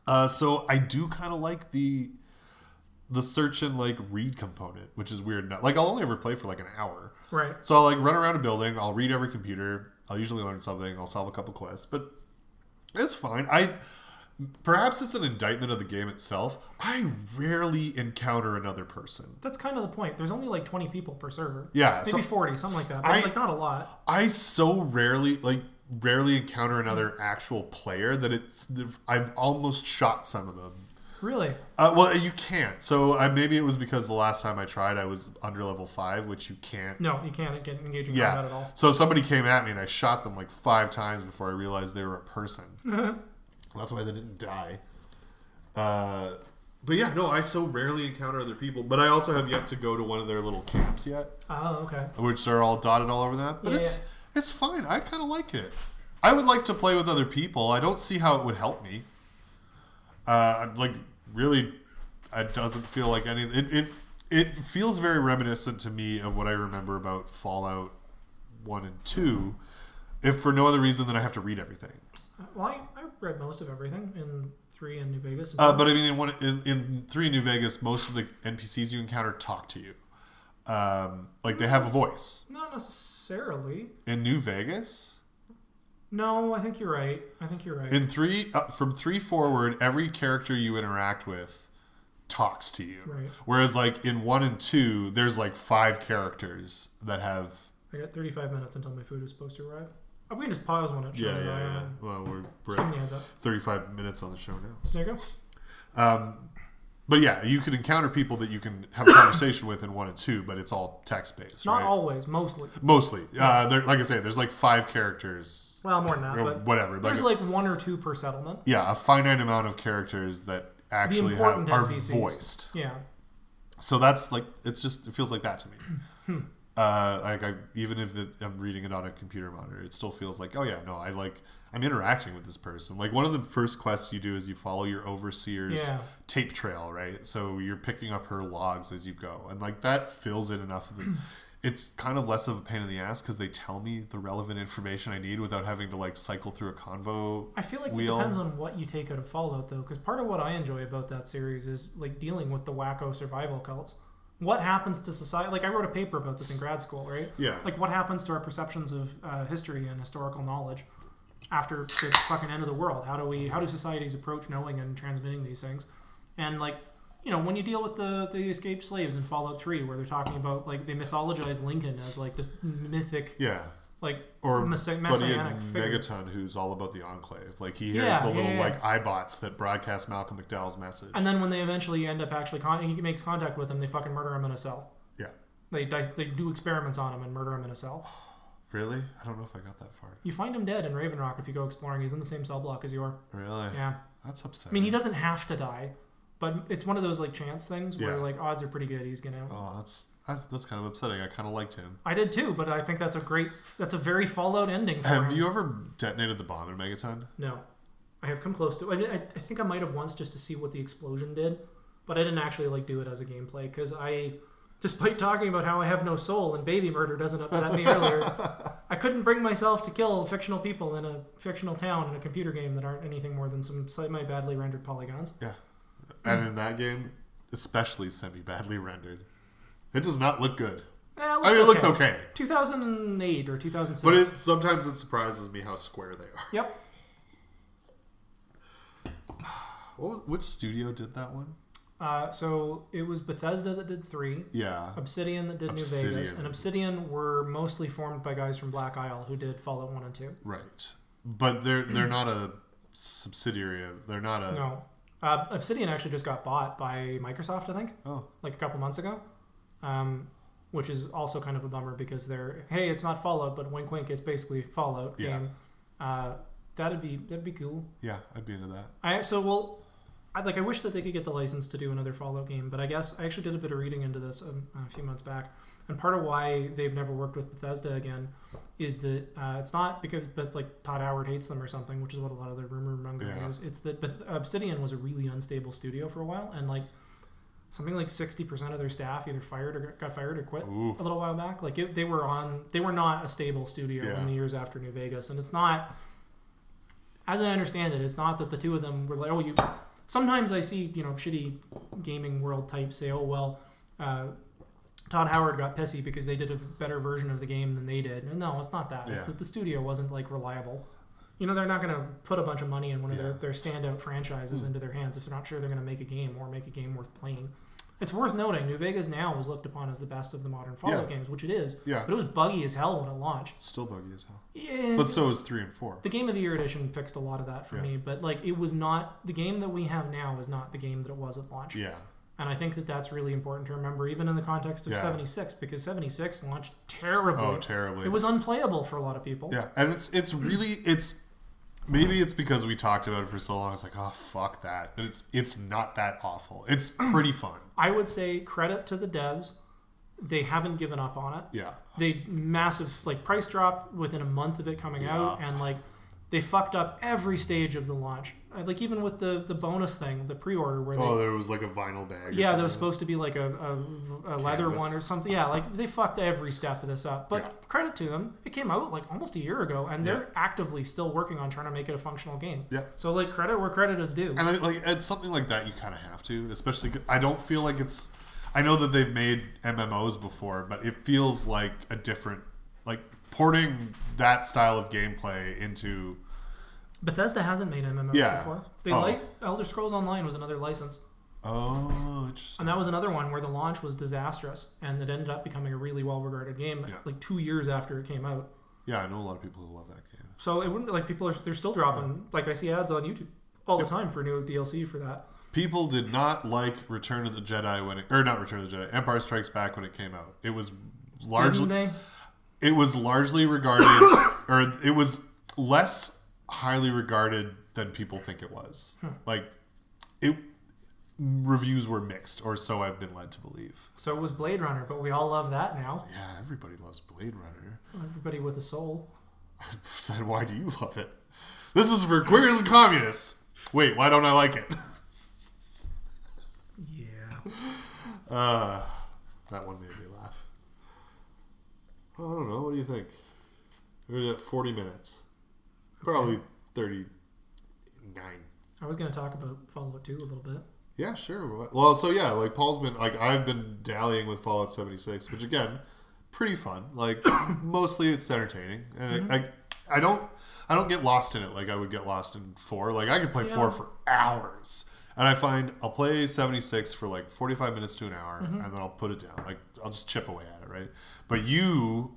Uh, so I do kind of like the the search and like read component, which is weird. Now. Like I'll only ever play for like an hour,
Right.
so I'll like run around a building. I'll read every computer. I'll usually learn something. I'll solve a couple quests, but it's fine. I perhaps it's an indictment of the game itself. I rarely encounter another person.
That's kind of the point. There's only like 20 people per server.
Yeah,
Maybe
so-
40, something like that. But
I-
like not a lot.
I so rarely like rarely encounter another actual player that it's I've almost shot some of them.
Really.
Uh, well, you can't. So I, maybe it was because the last time I tried, I was under level five, which you can't.
No, you can't get engaging
yeah.
combat at all.
So somebody came at me and I shot them like five times before I realized they were a person.
Uh-huh.
That's why they didn't die. Uh, but yeah, no, I so rarely encounter other people. But I also have yet to go to one of their little camps yet
Oh, okay.
which are all dotted all over that. But it's it's fine. I kind of like it. I would like to play with other people. I don't see how it would help me. Uh, like really, it doesn't feel like any. It it it feels very reminiscent to me of what I remember about Fallout One and Two, if for no other reason than I have to read everything.
Well, I, I read most of everything in 3 and New Vegas. and
Uh,
stuff.
but I mean, in, one, in, in three in New Vegas, most of the NPCs you encounter talk to you. Um, like they have a voice
Not necessarily.
in New Vegas.
No, I think you're right. I think you're right.
In three, uh, from three forward, every character you interact with talks to you.
Right.
Whereas, like in one and two, there's like five characters that have.
I got 35 minutes until my food is supposed to arrive. Oh, we can just pause when it shows. my, uh,
Well, we're, we're
give me a
at
heads up.
35 minutes on the show now.
There you go.
But yeah, you can encounter people that you can have a conversation with in one and two, but it's all text based,
Not
right?
always, mostly.
Mostly. Uh, there, like I say, there's like five characters.
Well, more than that,
Or
but
whatever, like
There's
a-
like one or two per settlement.
Yeah, a finite amount of characters that
The
actually have,
important
are
NPCs.
voiced.
Yeah.
So that's like it's just it feels like that to me. uh, like I even if it, I'm reading it on a computer monitor, it still feels like oh yeah no I like I'm interacting with this person. Like one of the first quests you do is you follow your overseer's
Yeah.
tape
Hmm.
trail, right? So you're picking up her logs as you go, and like that fills in enough of the. it's kind of less of a pain in the ass because they tell me the relevant information I need without having to like cycle through a convo.
I feel like
Wheel.
it depends on what you take out of Fallout, though, because part of what I enjoy about that series is like dealing with the wacko survival cults. What happens to society? Like I wrote a paper about this in grad school, right?
Yeah.
Like what happens to our perceptions of uh, history and historical knowledge after the fucking end of the world? How do we? How do societies approach knowing and transmitting these things? And like, you know, when you deal with the the escaped slaves in Fallout Three, where they're talking about like they mythologize Lincoln as like this mythic,
yeah.
like
Or
messa-
Buddy
messianic
and
figure.
Megaton, who's all about the Enclave. Like he hears
Yeah,
the
yeah,
little
yeah.
like iBots that broadcast Malcolm McDowell's message.
And then when they eventually end up actually con- he makes contact with them, they fucking murder him in a cell.
yeah.
They dice- they do experiments on him and murder him in a cell.
Really? I don't know if I got that far.
You find him dead in Raven Rock if you go exploring. He's in the same cell block as you are.
Really?
Yeah,
That's upsetting.
I mean he doesn't have to die, but it's one of those like chance things where
Yeah.
like odds are pretty good he's gonna.
Oh, that's I, that's kind of upsetting. I kind of liked him.
I did too, but I think that's a great that's a very Fallout ending. For
Have
him.
you ever detonated the bomb in Megaton?
No, I have come close to. I, mean, I, I think I might have once just to see what the explosion did, but I didn't actually like do it as a gameplay because I, despite talking about how I have no soul and baby murder doesn't upset me earlier, I couldn't bring myself to kill fictional people in a fictional town in a computer game that aren't anything more than some semi badly rendered polygons.
Yeah.
Mm.
And in that game, especially semi badly rendered. It does not look good.
Eh,
I mean, it looks okay.
2008 or 2006.
But it sometimes it surprises me how square they are.
Yep.
What was, which studio did that one?
Uh, so it was Bethesda that did three.
Yeah.
Obsidian that did New Vegas,
Obsidian.
and Obsidian were mostly formed by guys from Black Isle who did Fallout One and Two.
Right. But they're they're not a subsidiary of they're not a
Mm. No. Uh, Obsidian actually just got bought by Microsoft, I think,
Oh,
like a couple months ago, um, which is also kind of a bummer because they're hey, it's not Fallout, but wink, wink, it's basically Fallout
Yeah.
game. Uh, that'd be that'd be cool.
yeah, I'd be into that.
I so well, I like I wish that they could get the license to do another Fallout game, but I guess I actually did a bit of reading into this um, a few months back, and part of why they've never worked with Bethesda again is that uh, it's not because but like Todd Howard hates them or something, which is what a lot of the rumor mongering
Yeah.
is. It's that Beth- Obsidian was a really unstable studio for a while, and like something like 60% of their staff either fired or got fired or quit
Oof.
a little while back like it, they were on they were not a stable studio
Yeah.
in the years after new vegas and it's not as i understand it it's not that the two of them were like oh you sometimes i see you know shitty gaming world types say oh well uh, todd howard got pissy because they did a better version of the game than they did and no it's not that
Yeah.
it's that the studio wasn't like reliable you know they're not going to put a bunch of money in one of their,
Yeah. Hmm.
their standout franchises into their hands if they're not sure they're going to make a game or make a game worth playing. It's worth noting, New Vegas now is looked upon as the best of the modern Fallout
Yeah.
games, which it is.
Yeah.
But it was buggy as hell when it launched.
It's still buggy as hell.
Yeah.
But so is three and four.
the Game of the Year edition fixed a lot of that for
Yeah.
me, but like it was not the game that we have now is not the game that it was at launch.
Yeah.
And I think that that's really important to remember, even in the context of
Yeah.
76, because 76 launched terribly.
Oh, terribly.
It was unplayable for a lot of people.
Yeah, and it's it's really it's maybe it's because we talked about it for so long. It's like, oh fuck that. But it's it's not that awful. It's pretty fun.
I would say credit to the devs. They haven't given up on it.
Yeah,
they massive like price drop within a month of it coming out
Yeah.
and like they fucked up every stage of the launch Uh, like even with the the bonus thing the pre-order where they
Oh, there was like a vinyl bag. or
yeah there
something.
was supposed to be like a, a, a leather
Canvas.
one or something yeah like they fucked every step of this up but
Yeah.
credit to them it came out like almost a year ago and they're actively still working on trying to make it a functional game
Yeah.
so like credit where credit is due
And I, like it's something like that, you kind of have to, especially. 'cause I don't feel like it's. I know that they've made MMOs before, but it feels like a different, like porting that style of gameplay into.
bethesda hasn't made mmos
Yeah.
before they
Oh.
like elder scrolls online was another license
Oh, interesting.
And that was another one where the launch was disastrous, and it ended up becoming a really well-regarded game,
Yeah.
like two years after it came out.
Yeah, I know a lot of people who love that game.
So it wouldn't like people are they're still dropping. Like I see ads on YouTube all the time for new DLC for that.
people did not like Return of the Jedi when it, or not Return of the Jedi, Empire Strikes Back when it came out. It was largely
Didn't they?
it was largely regarded or it was less highly regarded than people think it was. Like it reviews were mixed or so I've been led to believe.
So it was Blade Runner, but we all love that now.
Yeah, everybody loves Blade Runner.
Everybody with a soul.
then why do you love it? This is for queers and communists. Wait, why don't I like it?
Yeah.
Uh, that one made me laugh. I don't know. What do you think? We're gonna do it 40 minutes. Probably 39.
I was going to talk about Fallout 2 a little bit.
Yeah, sure. Well, Well, so yeah, like Paul's been like I've been dallying with Fallout 76, which again, pretty fun. Like mostly it's entertaining, and I, I I don't I don't get lost in it like I would get lost in four. Like I could play
Yeah.
four for hours, and I find I'll play 76 for like 45 minutes to an hour, and then I'll put it down. Like I'll just chip away at it, right? But you.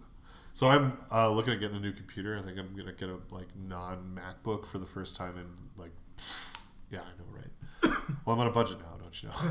So I'm uh, looking at getting a new computer. I think I'm gonna get a like non MacBook for the first time in like, yeah, I know, right? Well, I'm on a budget now, don't you know?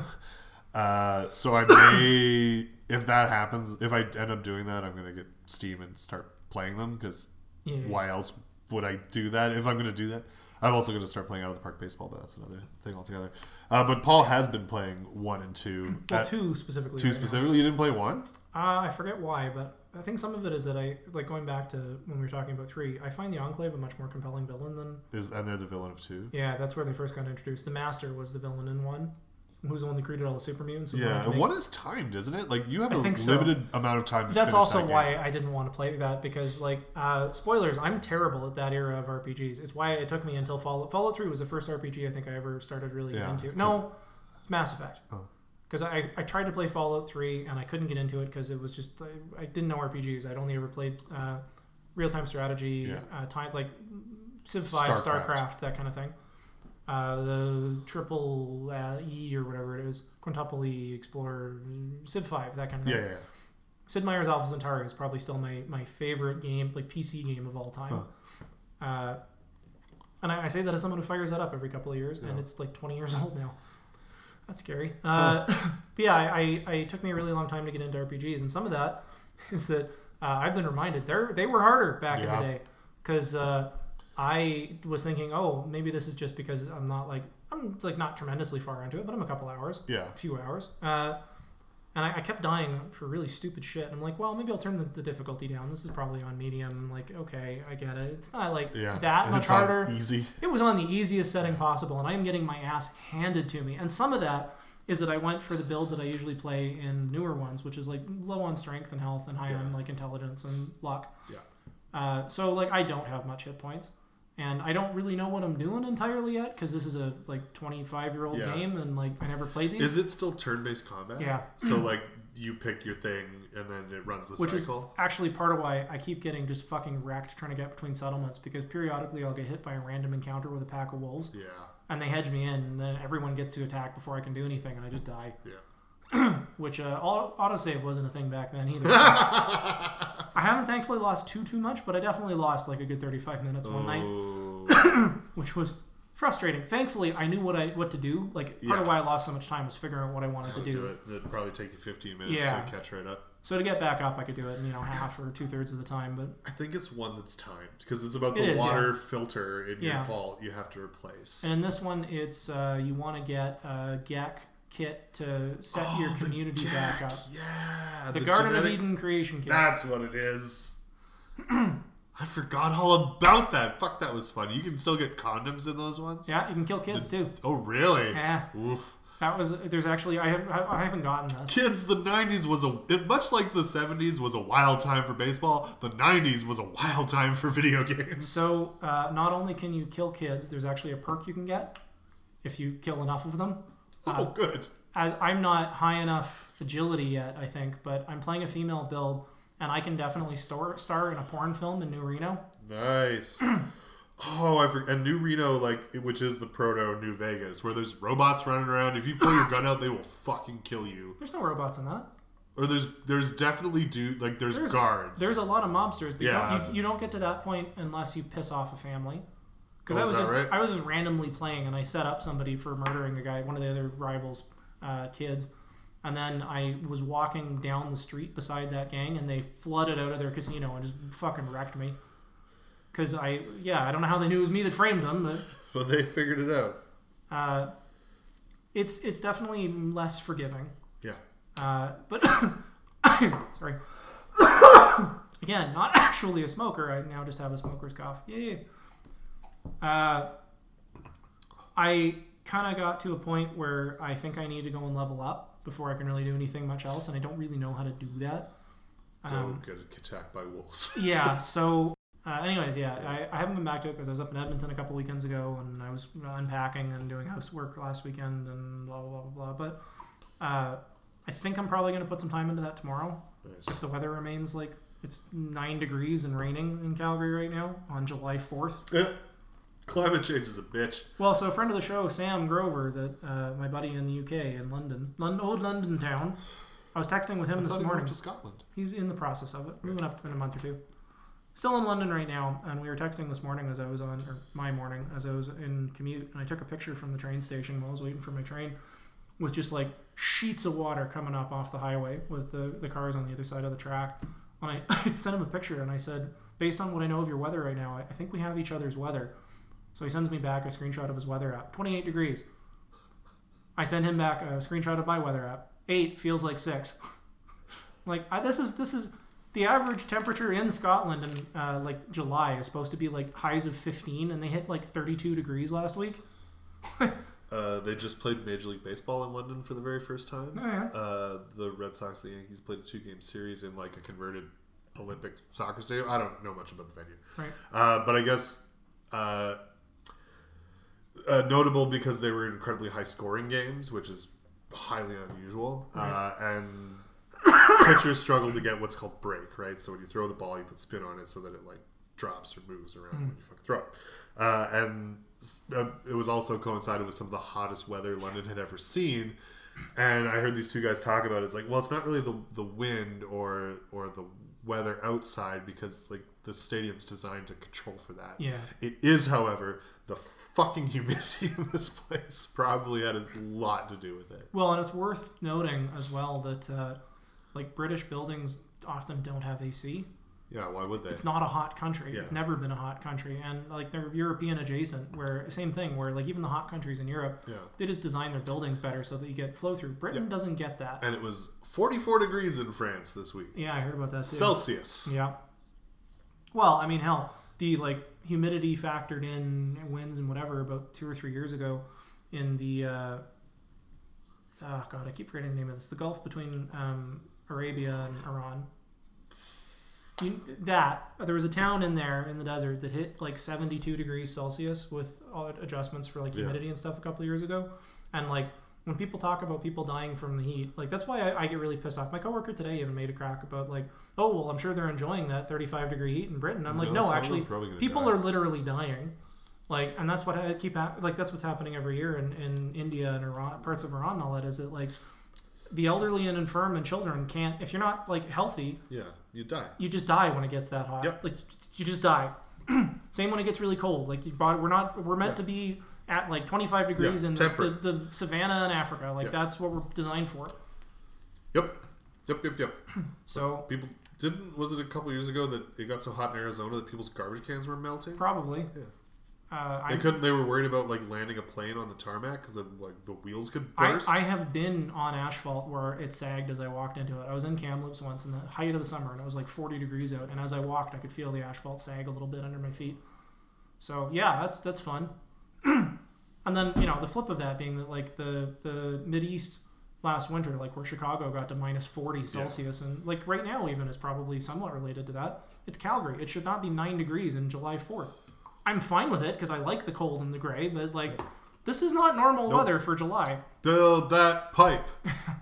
Uh, so I may, if that happens, if I end up doing that, I'm gonna get Steam and start playing them because
Yeah.
why else would I do that if I'm gonna do that? I'm also gonna start playing out of the park baseball, but that's another thing altogether. Uh, but Paul has been playing one and two.
Well,
At-
two specifically.
two
right now.
specifically. You didn't play one.
Uh, I forget why, but I think some of it is that I like going back to when we were talking about three. I find the Enclave a much more compelling villain than
Is and they're the villain of two.
yeah. That's where they first got introduced. The Master was the villain in one, who's the one that created all the super mutants. who wanted
Yeah,
to
and
make-
one is timed, isn't it? Like you have
I
a
think so.
limited amount of time. To
That's
finish
also
that game.
why I didn't want to play that because like uh, spoilers. I'm terrible at that era of RPGs. It's why it took me until Fallout. Fallout Three was the first RPG I think I ever started really
Yeah,
getting into.
'cause-
No, Mass Effect.
Oh.
Because I, I tried to play Fallout 3 and I couldn't get into it because it was just I, I didn't know RPGs. I'd only ever played uh, real time strategy,
Yeah.
uh, time like Civ 5,
Starcraft.
Starcraft. that kind of thing. Uh, the triple uh, E or whatever it is, quintuple E, Explorer, Civ 5, that kind of
Yeah,
thing.
yeah, yeah.
Sid Meier's Alpha Centauri is probably still my, my favorite game, like PC game of all time. Uh, and I, I say that as someone who fires that up every couple of years, and
Yeah.
it's like 20 years old now. That's scary. Uh, But yeah, I, I, I it took me a really long time to get into RPGs, and some of that is that uh, I've been reminded they they were harder back
Yeah.
in the day because uh, I was thinking, oh, maybe this is just because I'm not like I'm like not tremendously far into it, but I'm a couple hours
yeah.
a few hours. Uh, and I, I kept dying for really stupid shit. I'm like, well, maybe I'll turn the, the difficulty down. This is probably on medium. I'm like, okay, I get it. It's not like
Yeah,
that
And
much
it's on
harder.
Easy.
It was on the easiest setting possible, and I am getting my ass handed to me. And some of that is that I went for the build that I usually play in newer ones, which is like low on strength and health and high on
Yeah.
like intelligence and luck.
Yeah.
Uh, so like I don't have much hit points, and I don't really know what I'm doing entirely yet because this is a like 25 year old
Yeah.
game, and like I never played these.
Is it still turn-based combat?
Yeah.
So like you pick your thing and then it runs the
which is
cycle.
actually part of why I keep getting just fucking wrecked trying to get between settlements because periodically I'll get hit by a random encounter with a pack of wolves
yeah.
and they hedge me in and then everyone gets to attack before I can do anything and I just die.
Yeah.
Which uh, au- autosave wasn't a thing back then either. I haven't thankfully lost too too much, but I definitely lost like a good 35 minutes one night,
Oh.
which was frustrating. Thankfully, I knew what I what to do. Like part of
Yeah.
why I lost so much time was figuring out what I wanted to
Would
do.
do it. It'd probably take you 15 minutes
Yeah.
to catch right up.
So to get back up, I could do it, in, you know, half or two thirds of the time. But
I think it's one that's timed because it's about
It
the
is,
water filter in your
Yeah.
vault you have to replace.
And in this one, it's uh, you want to get a GAC kit to set
Oh,
your
the
community back
gack,
up.
Yeah.
The, Garden
genetic-
of Eden creation kit.
That's what it is. I forgot all about that. Fuck, that was fun. You can still get condoms in those ones.
Yeah, you can kill kids too.
Oh, really?
Yeah.
Oof.
That was there's actually I haven't I haven't gotten this.
kids, the '90s was a it, much like the '70s was a wild time for baseball. The '90s was a wild time for video games.
So uh, not only can you kill kids, there's actually a perk you can get if you kill enough of them.
oh,
um,
good.
As I'm not high enough agility yet, I think, but I'm playing a female build, and I can definitely star star in a porn film in New Reno.
Nice. Oh, I forgot. And New Reno, like, which is the proto New Vegas, where there's robots running around. If you pull your gun out, they will fucking kill you.
There's no robots in that.
Or there's there's definitely dude like there's,
There's-
guards.
There's a lot of mobsters, but you
Yeah,
don't- you,
that's-
you, don't get to that point unless you piss off a family. Because
Oh,
I
is
was
that
just,
right?
I was just randomly playing, and I set up somebody for murdering a guy, one of the other rivals' uh, kids, and then I was walking down the street beside that gang, and they flooded out of their casino and just fucking wrecked me. Because I, yeah, I don't know how they knew it was me that framed them, but
but they figured it out.
uh, it's it's definitely less forgiving.
Yeah.
Uh, but sorry. Again, not actually a smoker. I now just have a smoker's cough. Yay. Uh, I kind of got to a point where I think I need to go and level up before I can really do anything much else, and I don't really know how to do that.
Go get attacked by wolves.
yeah. So, uh, anyways, yeah, I, I haven't been back to it because I was up in Edmonton a couple weekends ago and I was unpacking and doing housework last weekend and blah blah blah blah. blah. But uh, I think I'm probably going to put some time into that tomorrow.
Nice.
If the weather remains like it's nine degrees and raining in Calgary right now on July fourth.
Eh, Climate change is a bitch.
Well, so a friend of the show, Sam Grover, that uh, my buddy in the UK in London, Lon- old London town. I was texting with him
I
this
thought he
morning.
moved to Scotland.
He's in the process of it. Moving up in a month or two. Still in London right now, and we were texting this morning as I was on, or my morning as I was in commute, and I took a picture from the train station while I was waiting for my train, with just like sheets of water coming up off the highway with the, the cars on the other side of the track. And I, I sent him a picture, and I said, based on what I know of your weather right now, I, I think we have each other's weather. So he sends me back a screenshot of his weather app, 28 degrees. I send him back a screenshot of my weather app, eight feels like six. Like I, this is this is the average temperature in Scotland in uh, like July is supposed to be like highs of 15, and they hit like 32 degrees last week.
Uh, they just played Major League Baseball in London for the very first time.
yeah.
Uh, the Red Sox and the Yankees played a two game series in like a converted Olympic soccer stadium. I don't know much about the venue.
Right.
Uh, but I guess uh, uh, notable because they were incredibly high scoring games, which is highly unusual. Uh, and pitchers struggle to get what's called break, right? So when you throw the ball, you put spin on it so that it like drops or moves around when
Mm.
you fucking throw. it. Uh, and s- uh, it was also coincided with some of the hottest weather London had ever seen. And I heard these two guys talk about it. it's like, well, it's not really the the wind or or the weather outside because like the stadium's designed to control for that.
Yeah.
It is, however, the fucking humidity in this place probably had a lot to do with it.
Well, and it's worth noting as well that uh, like British buildings often don't have AC.
Yeah, why would they?
It's not a hot country.
Yeah.
It's never been a hot country, and like they're European adjacent, where same thing, where like even the hot countries in Europe,
Yeah.
they just design their buildings better so that you get flow through. Britain
Yeah.
doesn't get that.
and it was 44 degrees in France this week.
Yeah, I heard about that. Too.
Celsius.
Yeah. Well, I mean, hell, the like humidity factored in winds and whatever about two or three years ago in the uh, oh god, I keep forgetting the name of this. The Gulf between um, Arabia and Iran. You, that there was a town in there in the desert that hit like 72 degrees Celsius with all the adjustments for like
Yeah.
humidity and stuff a couple of years ago, and like. When people talk about people dying from the heat, like that's why I, I get really pissed off. My coworker today even made a crack about like, oh well, I'm sure they're enjoying that 35 degree heat in Britain. I'm like,
No,
no,
some are
actually,
probably gonna
people
die."
are literally dying. Like, and that's what I keep hap- like. That's what's happening every year in, in India and Iran, parts of Iran, and all that is that like the elderly and infirm and children can't. If you're not like healthy,
Yeah, you die.
you just die when it gets that hot.
Yep.
Like you just die. Same when it gets really cold. Like your body, we're not we're meant
Yeah.
to be at like 25 degrees in the,
temperate.
the, the savannah in Africa. Like
Yep.
that's what we're designed for.
Yep. Yep, yep, yep.
So
People didn't was it a couple years ago that it got so hot in Arizona that people's garbage cans were melting?
probably.
Yeah.
Uh,
They
I,
couldn't they were worried about like landing a plane on the tarmac cuz like the wheels could
I,
burst.
I have been on asphalt where it sagged as I walked into it. I was in Kamloops once in the height of the summer, and it was like 40 degrees out. And as I walked, I could feel the asphalt sag a little bit under my feet. So yeah, that's that's fun. and then you know the flip of that being that like the the mid east last winter, like where Chicago got to minus 40 Celsius, and like right now even is probably somewhat related to that. It's Calgary. It should not be nine degrees in July 4th. I'm fine with it because I like the cold and the gray, but like. This is not normal weather for July.
Build that pipe.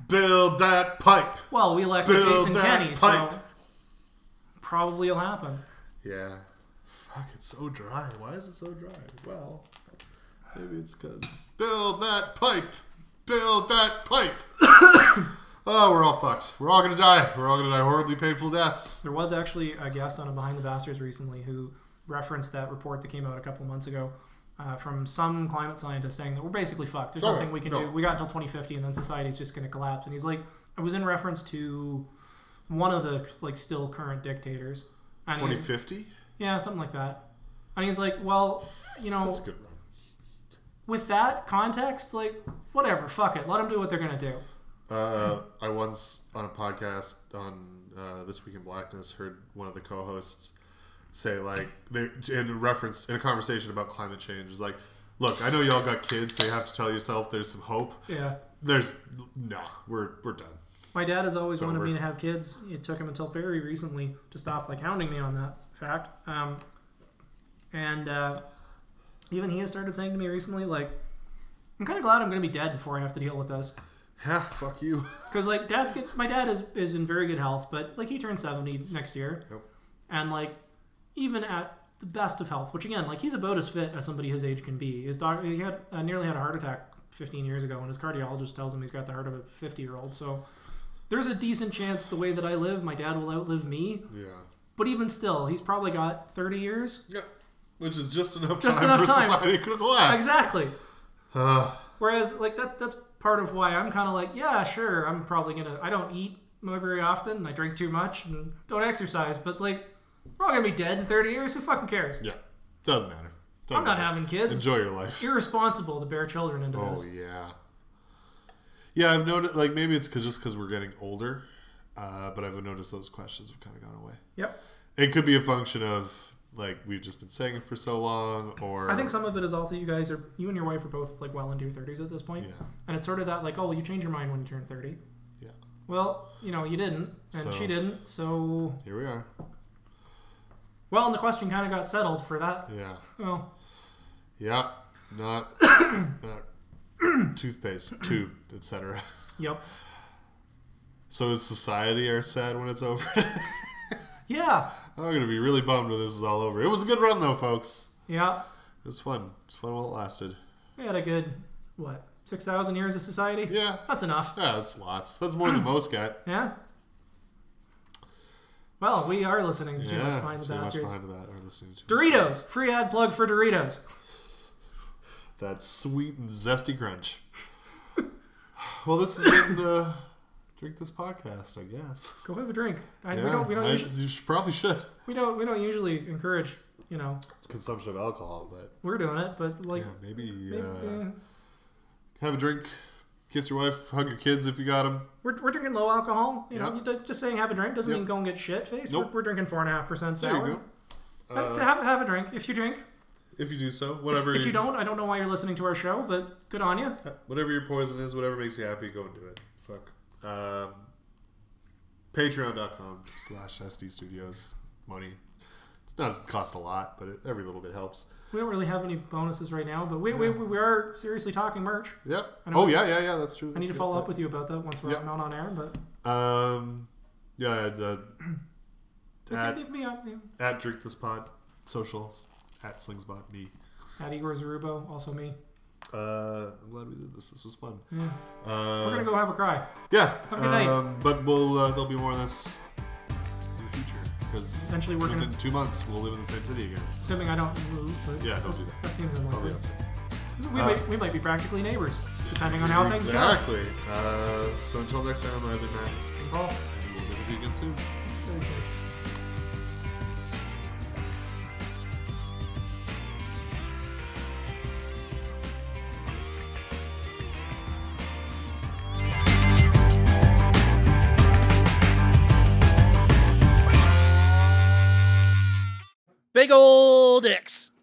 Build that pipe.
Well, we elected
Build
Jason
that
Kenny,
pipe.
so probably will happen.
Yeah. Fuck, it's so dry. Why is it so dry? Well, maybe it's because build that pipe. Build that pipe. oh, we're all fucked. We're all gonna die. We're all gonna die horribly painful deaths.
There was actually a guest on a Behind the Bastards recently who referenced that report that came out a couple months ago uh, from some climate scientist saying that we're basically fucked. There's
Oh,
nothing we can
no.
do. We got until 2050, and then society's just going to collapse. And he's like, I was in reference to one of the like still current dictators. And he's-
2050?
Yeah, something like that. And he's like, well, you know,
That's a good one.
with that context, like, whatever, fuck it. Let them do what they're going to do.
Uh, I once on a podcast on uh, this week in blackness heard one of the co-hosts say like they in reference in a conversation about climate change was like, look, I know y'all got kids, so you have to tell yourself there's some hope.
Yeah.
There's nah, we're we're done.
My dad has always
It's
wanted
over.
me to have kids. It took him until very recently to stop like hounding me on that fact. Um, and uh, even he has started saying to me recently, like, I'm kind of glad I'm going to be dead before I have to deal with this.
Yeah, fuck you.
Because like dad's get, my dad is is in very good health, but like he turns seventy next year,
Yep.
and like even at the best of health, which again like he's about as fit as somebody his age can be. His doc he had uh, nearly had a heart attack fifteen years ago, and his cardiologist tells him he's got the heart of a fifty year old. So there's a decent chance the way that I live, my dad will outlive me.
Yeah.
But even still, he's probably got thirty years
Yeah. Which is just enough
Just
time
enough
for
time.
society to collapse.
exactly.
Ugh.
Whereas like that's that's part of why I'm kind of like yeah sure I'm probably gonna I don't eat very often and I drink too much and don't exercise but like we're all gonna be dead in 30 years who fucking cares
yeah. Doesn't matter. Doesn't
I'm not
matter.
having kids
Enjoy your life.
irresponsible to bear children into
Oh
this
yeah, yeah. I've noticed like maybe it's cause just because we're getting older, uh, but I've noticed those questions have kind of gone away.
yep
It could be a function of like we've just been saying it for so long, or
I think some of it is all that you guys are you and your wife are both like well into your 30s at this point
Yeah,
and it's sort of that like oh well, you change your mind when you turn 30
Yeah.
well you know you didn't and
So-
she didn't so
here we are.
well and the question kind of got settled for that
Yeah,
well
yeah. Not, not toothpaste, tube, etc.
yep
So is society our sad when it's over?
yeah
I'm gonna be really bummed when this is all over. It was a good run though, folks.
yeah
It was fun. It was fun while it lasted.
We had a good what six thousand years of society.
Yeah,
That's enough.
yeah. That's lots. That's more than most got.
Yeah. Well, we are listening to
Yeah,
Behind the
so much
Bastards.
behind the bat or listening to
Doritos, free ad plug for Doritos.
that sweet and zesty crunch. well, this has been uh, drink this podcast, I guess.
Go have a drink. I,
Yeah,
we don't we don't,
I-
usually,
you should- probably should
we don't we don't usually encourage you know
consumption of alcohol, but
we're doing it, but like
yeah, maybe
maybe,
uh,
uh,
have a drink, kiss your wife, hug your kids if you got them.
we're, we're drinking low alcohol. You know,
Yeah.
you don't- just saying have a drink doesn't
Yep.
mean go and get shit faced.
Nope.
We're, we're drinking four and a half percent
There
sour.
you go.
Have-
Uh,
have, have a drink. If you drink,
if you do so, whatever
if you don't, I don't know why you're listening to our show, but good on you.
whatever your poison is, whatever makes you happy, go and do it. Fuck. Um, Patreon.com slash SD Studios. Money. It's not it cost a lot, but it, every little bit helps.
We don't really have any bonuses right now, but we, we, we are seriously talking merch.
Yep.
I know-
Oh yeah, yeah, yeah. That's true.
I need to follow up with you about that once we're
Yeah.
not on air, but
Um, yeah. The,
okay,
at,
leave me up. yeah.
at drink this pod socials at slingspot me.
At Igor Zarubo, also me.
Uh, I'm glad we did this. This was fun.
Yeah.
Uh,
We're gonna go have a cry.
Yeah.
a good night.
Um, but we'll uh, there'll be more of this in the future because
Essentially, we're
within
gonna-
two months we'll live in the same city again.
Assuming I don't move, but
Yeah, don't do that.
that seems
Probably
unlikely.
upset.
We,
Uh,
might, we might be practically neighbors, depending on how things go.
exactly. Uh, so until next time, I've been Matt,
Well,
and we'll do it again soon.
very soon.
Big old dicks.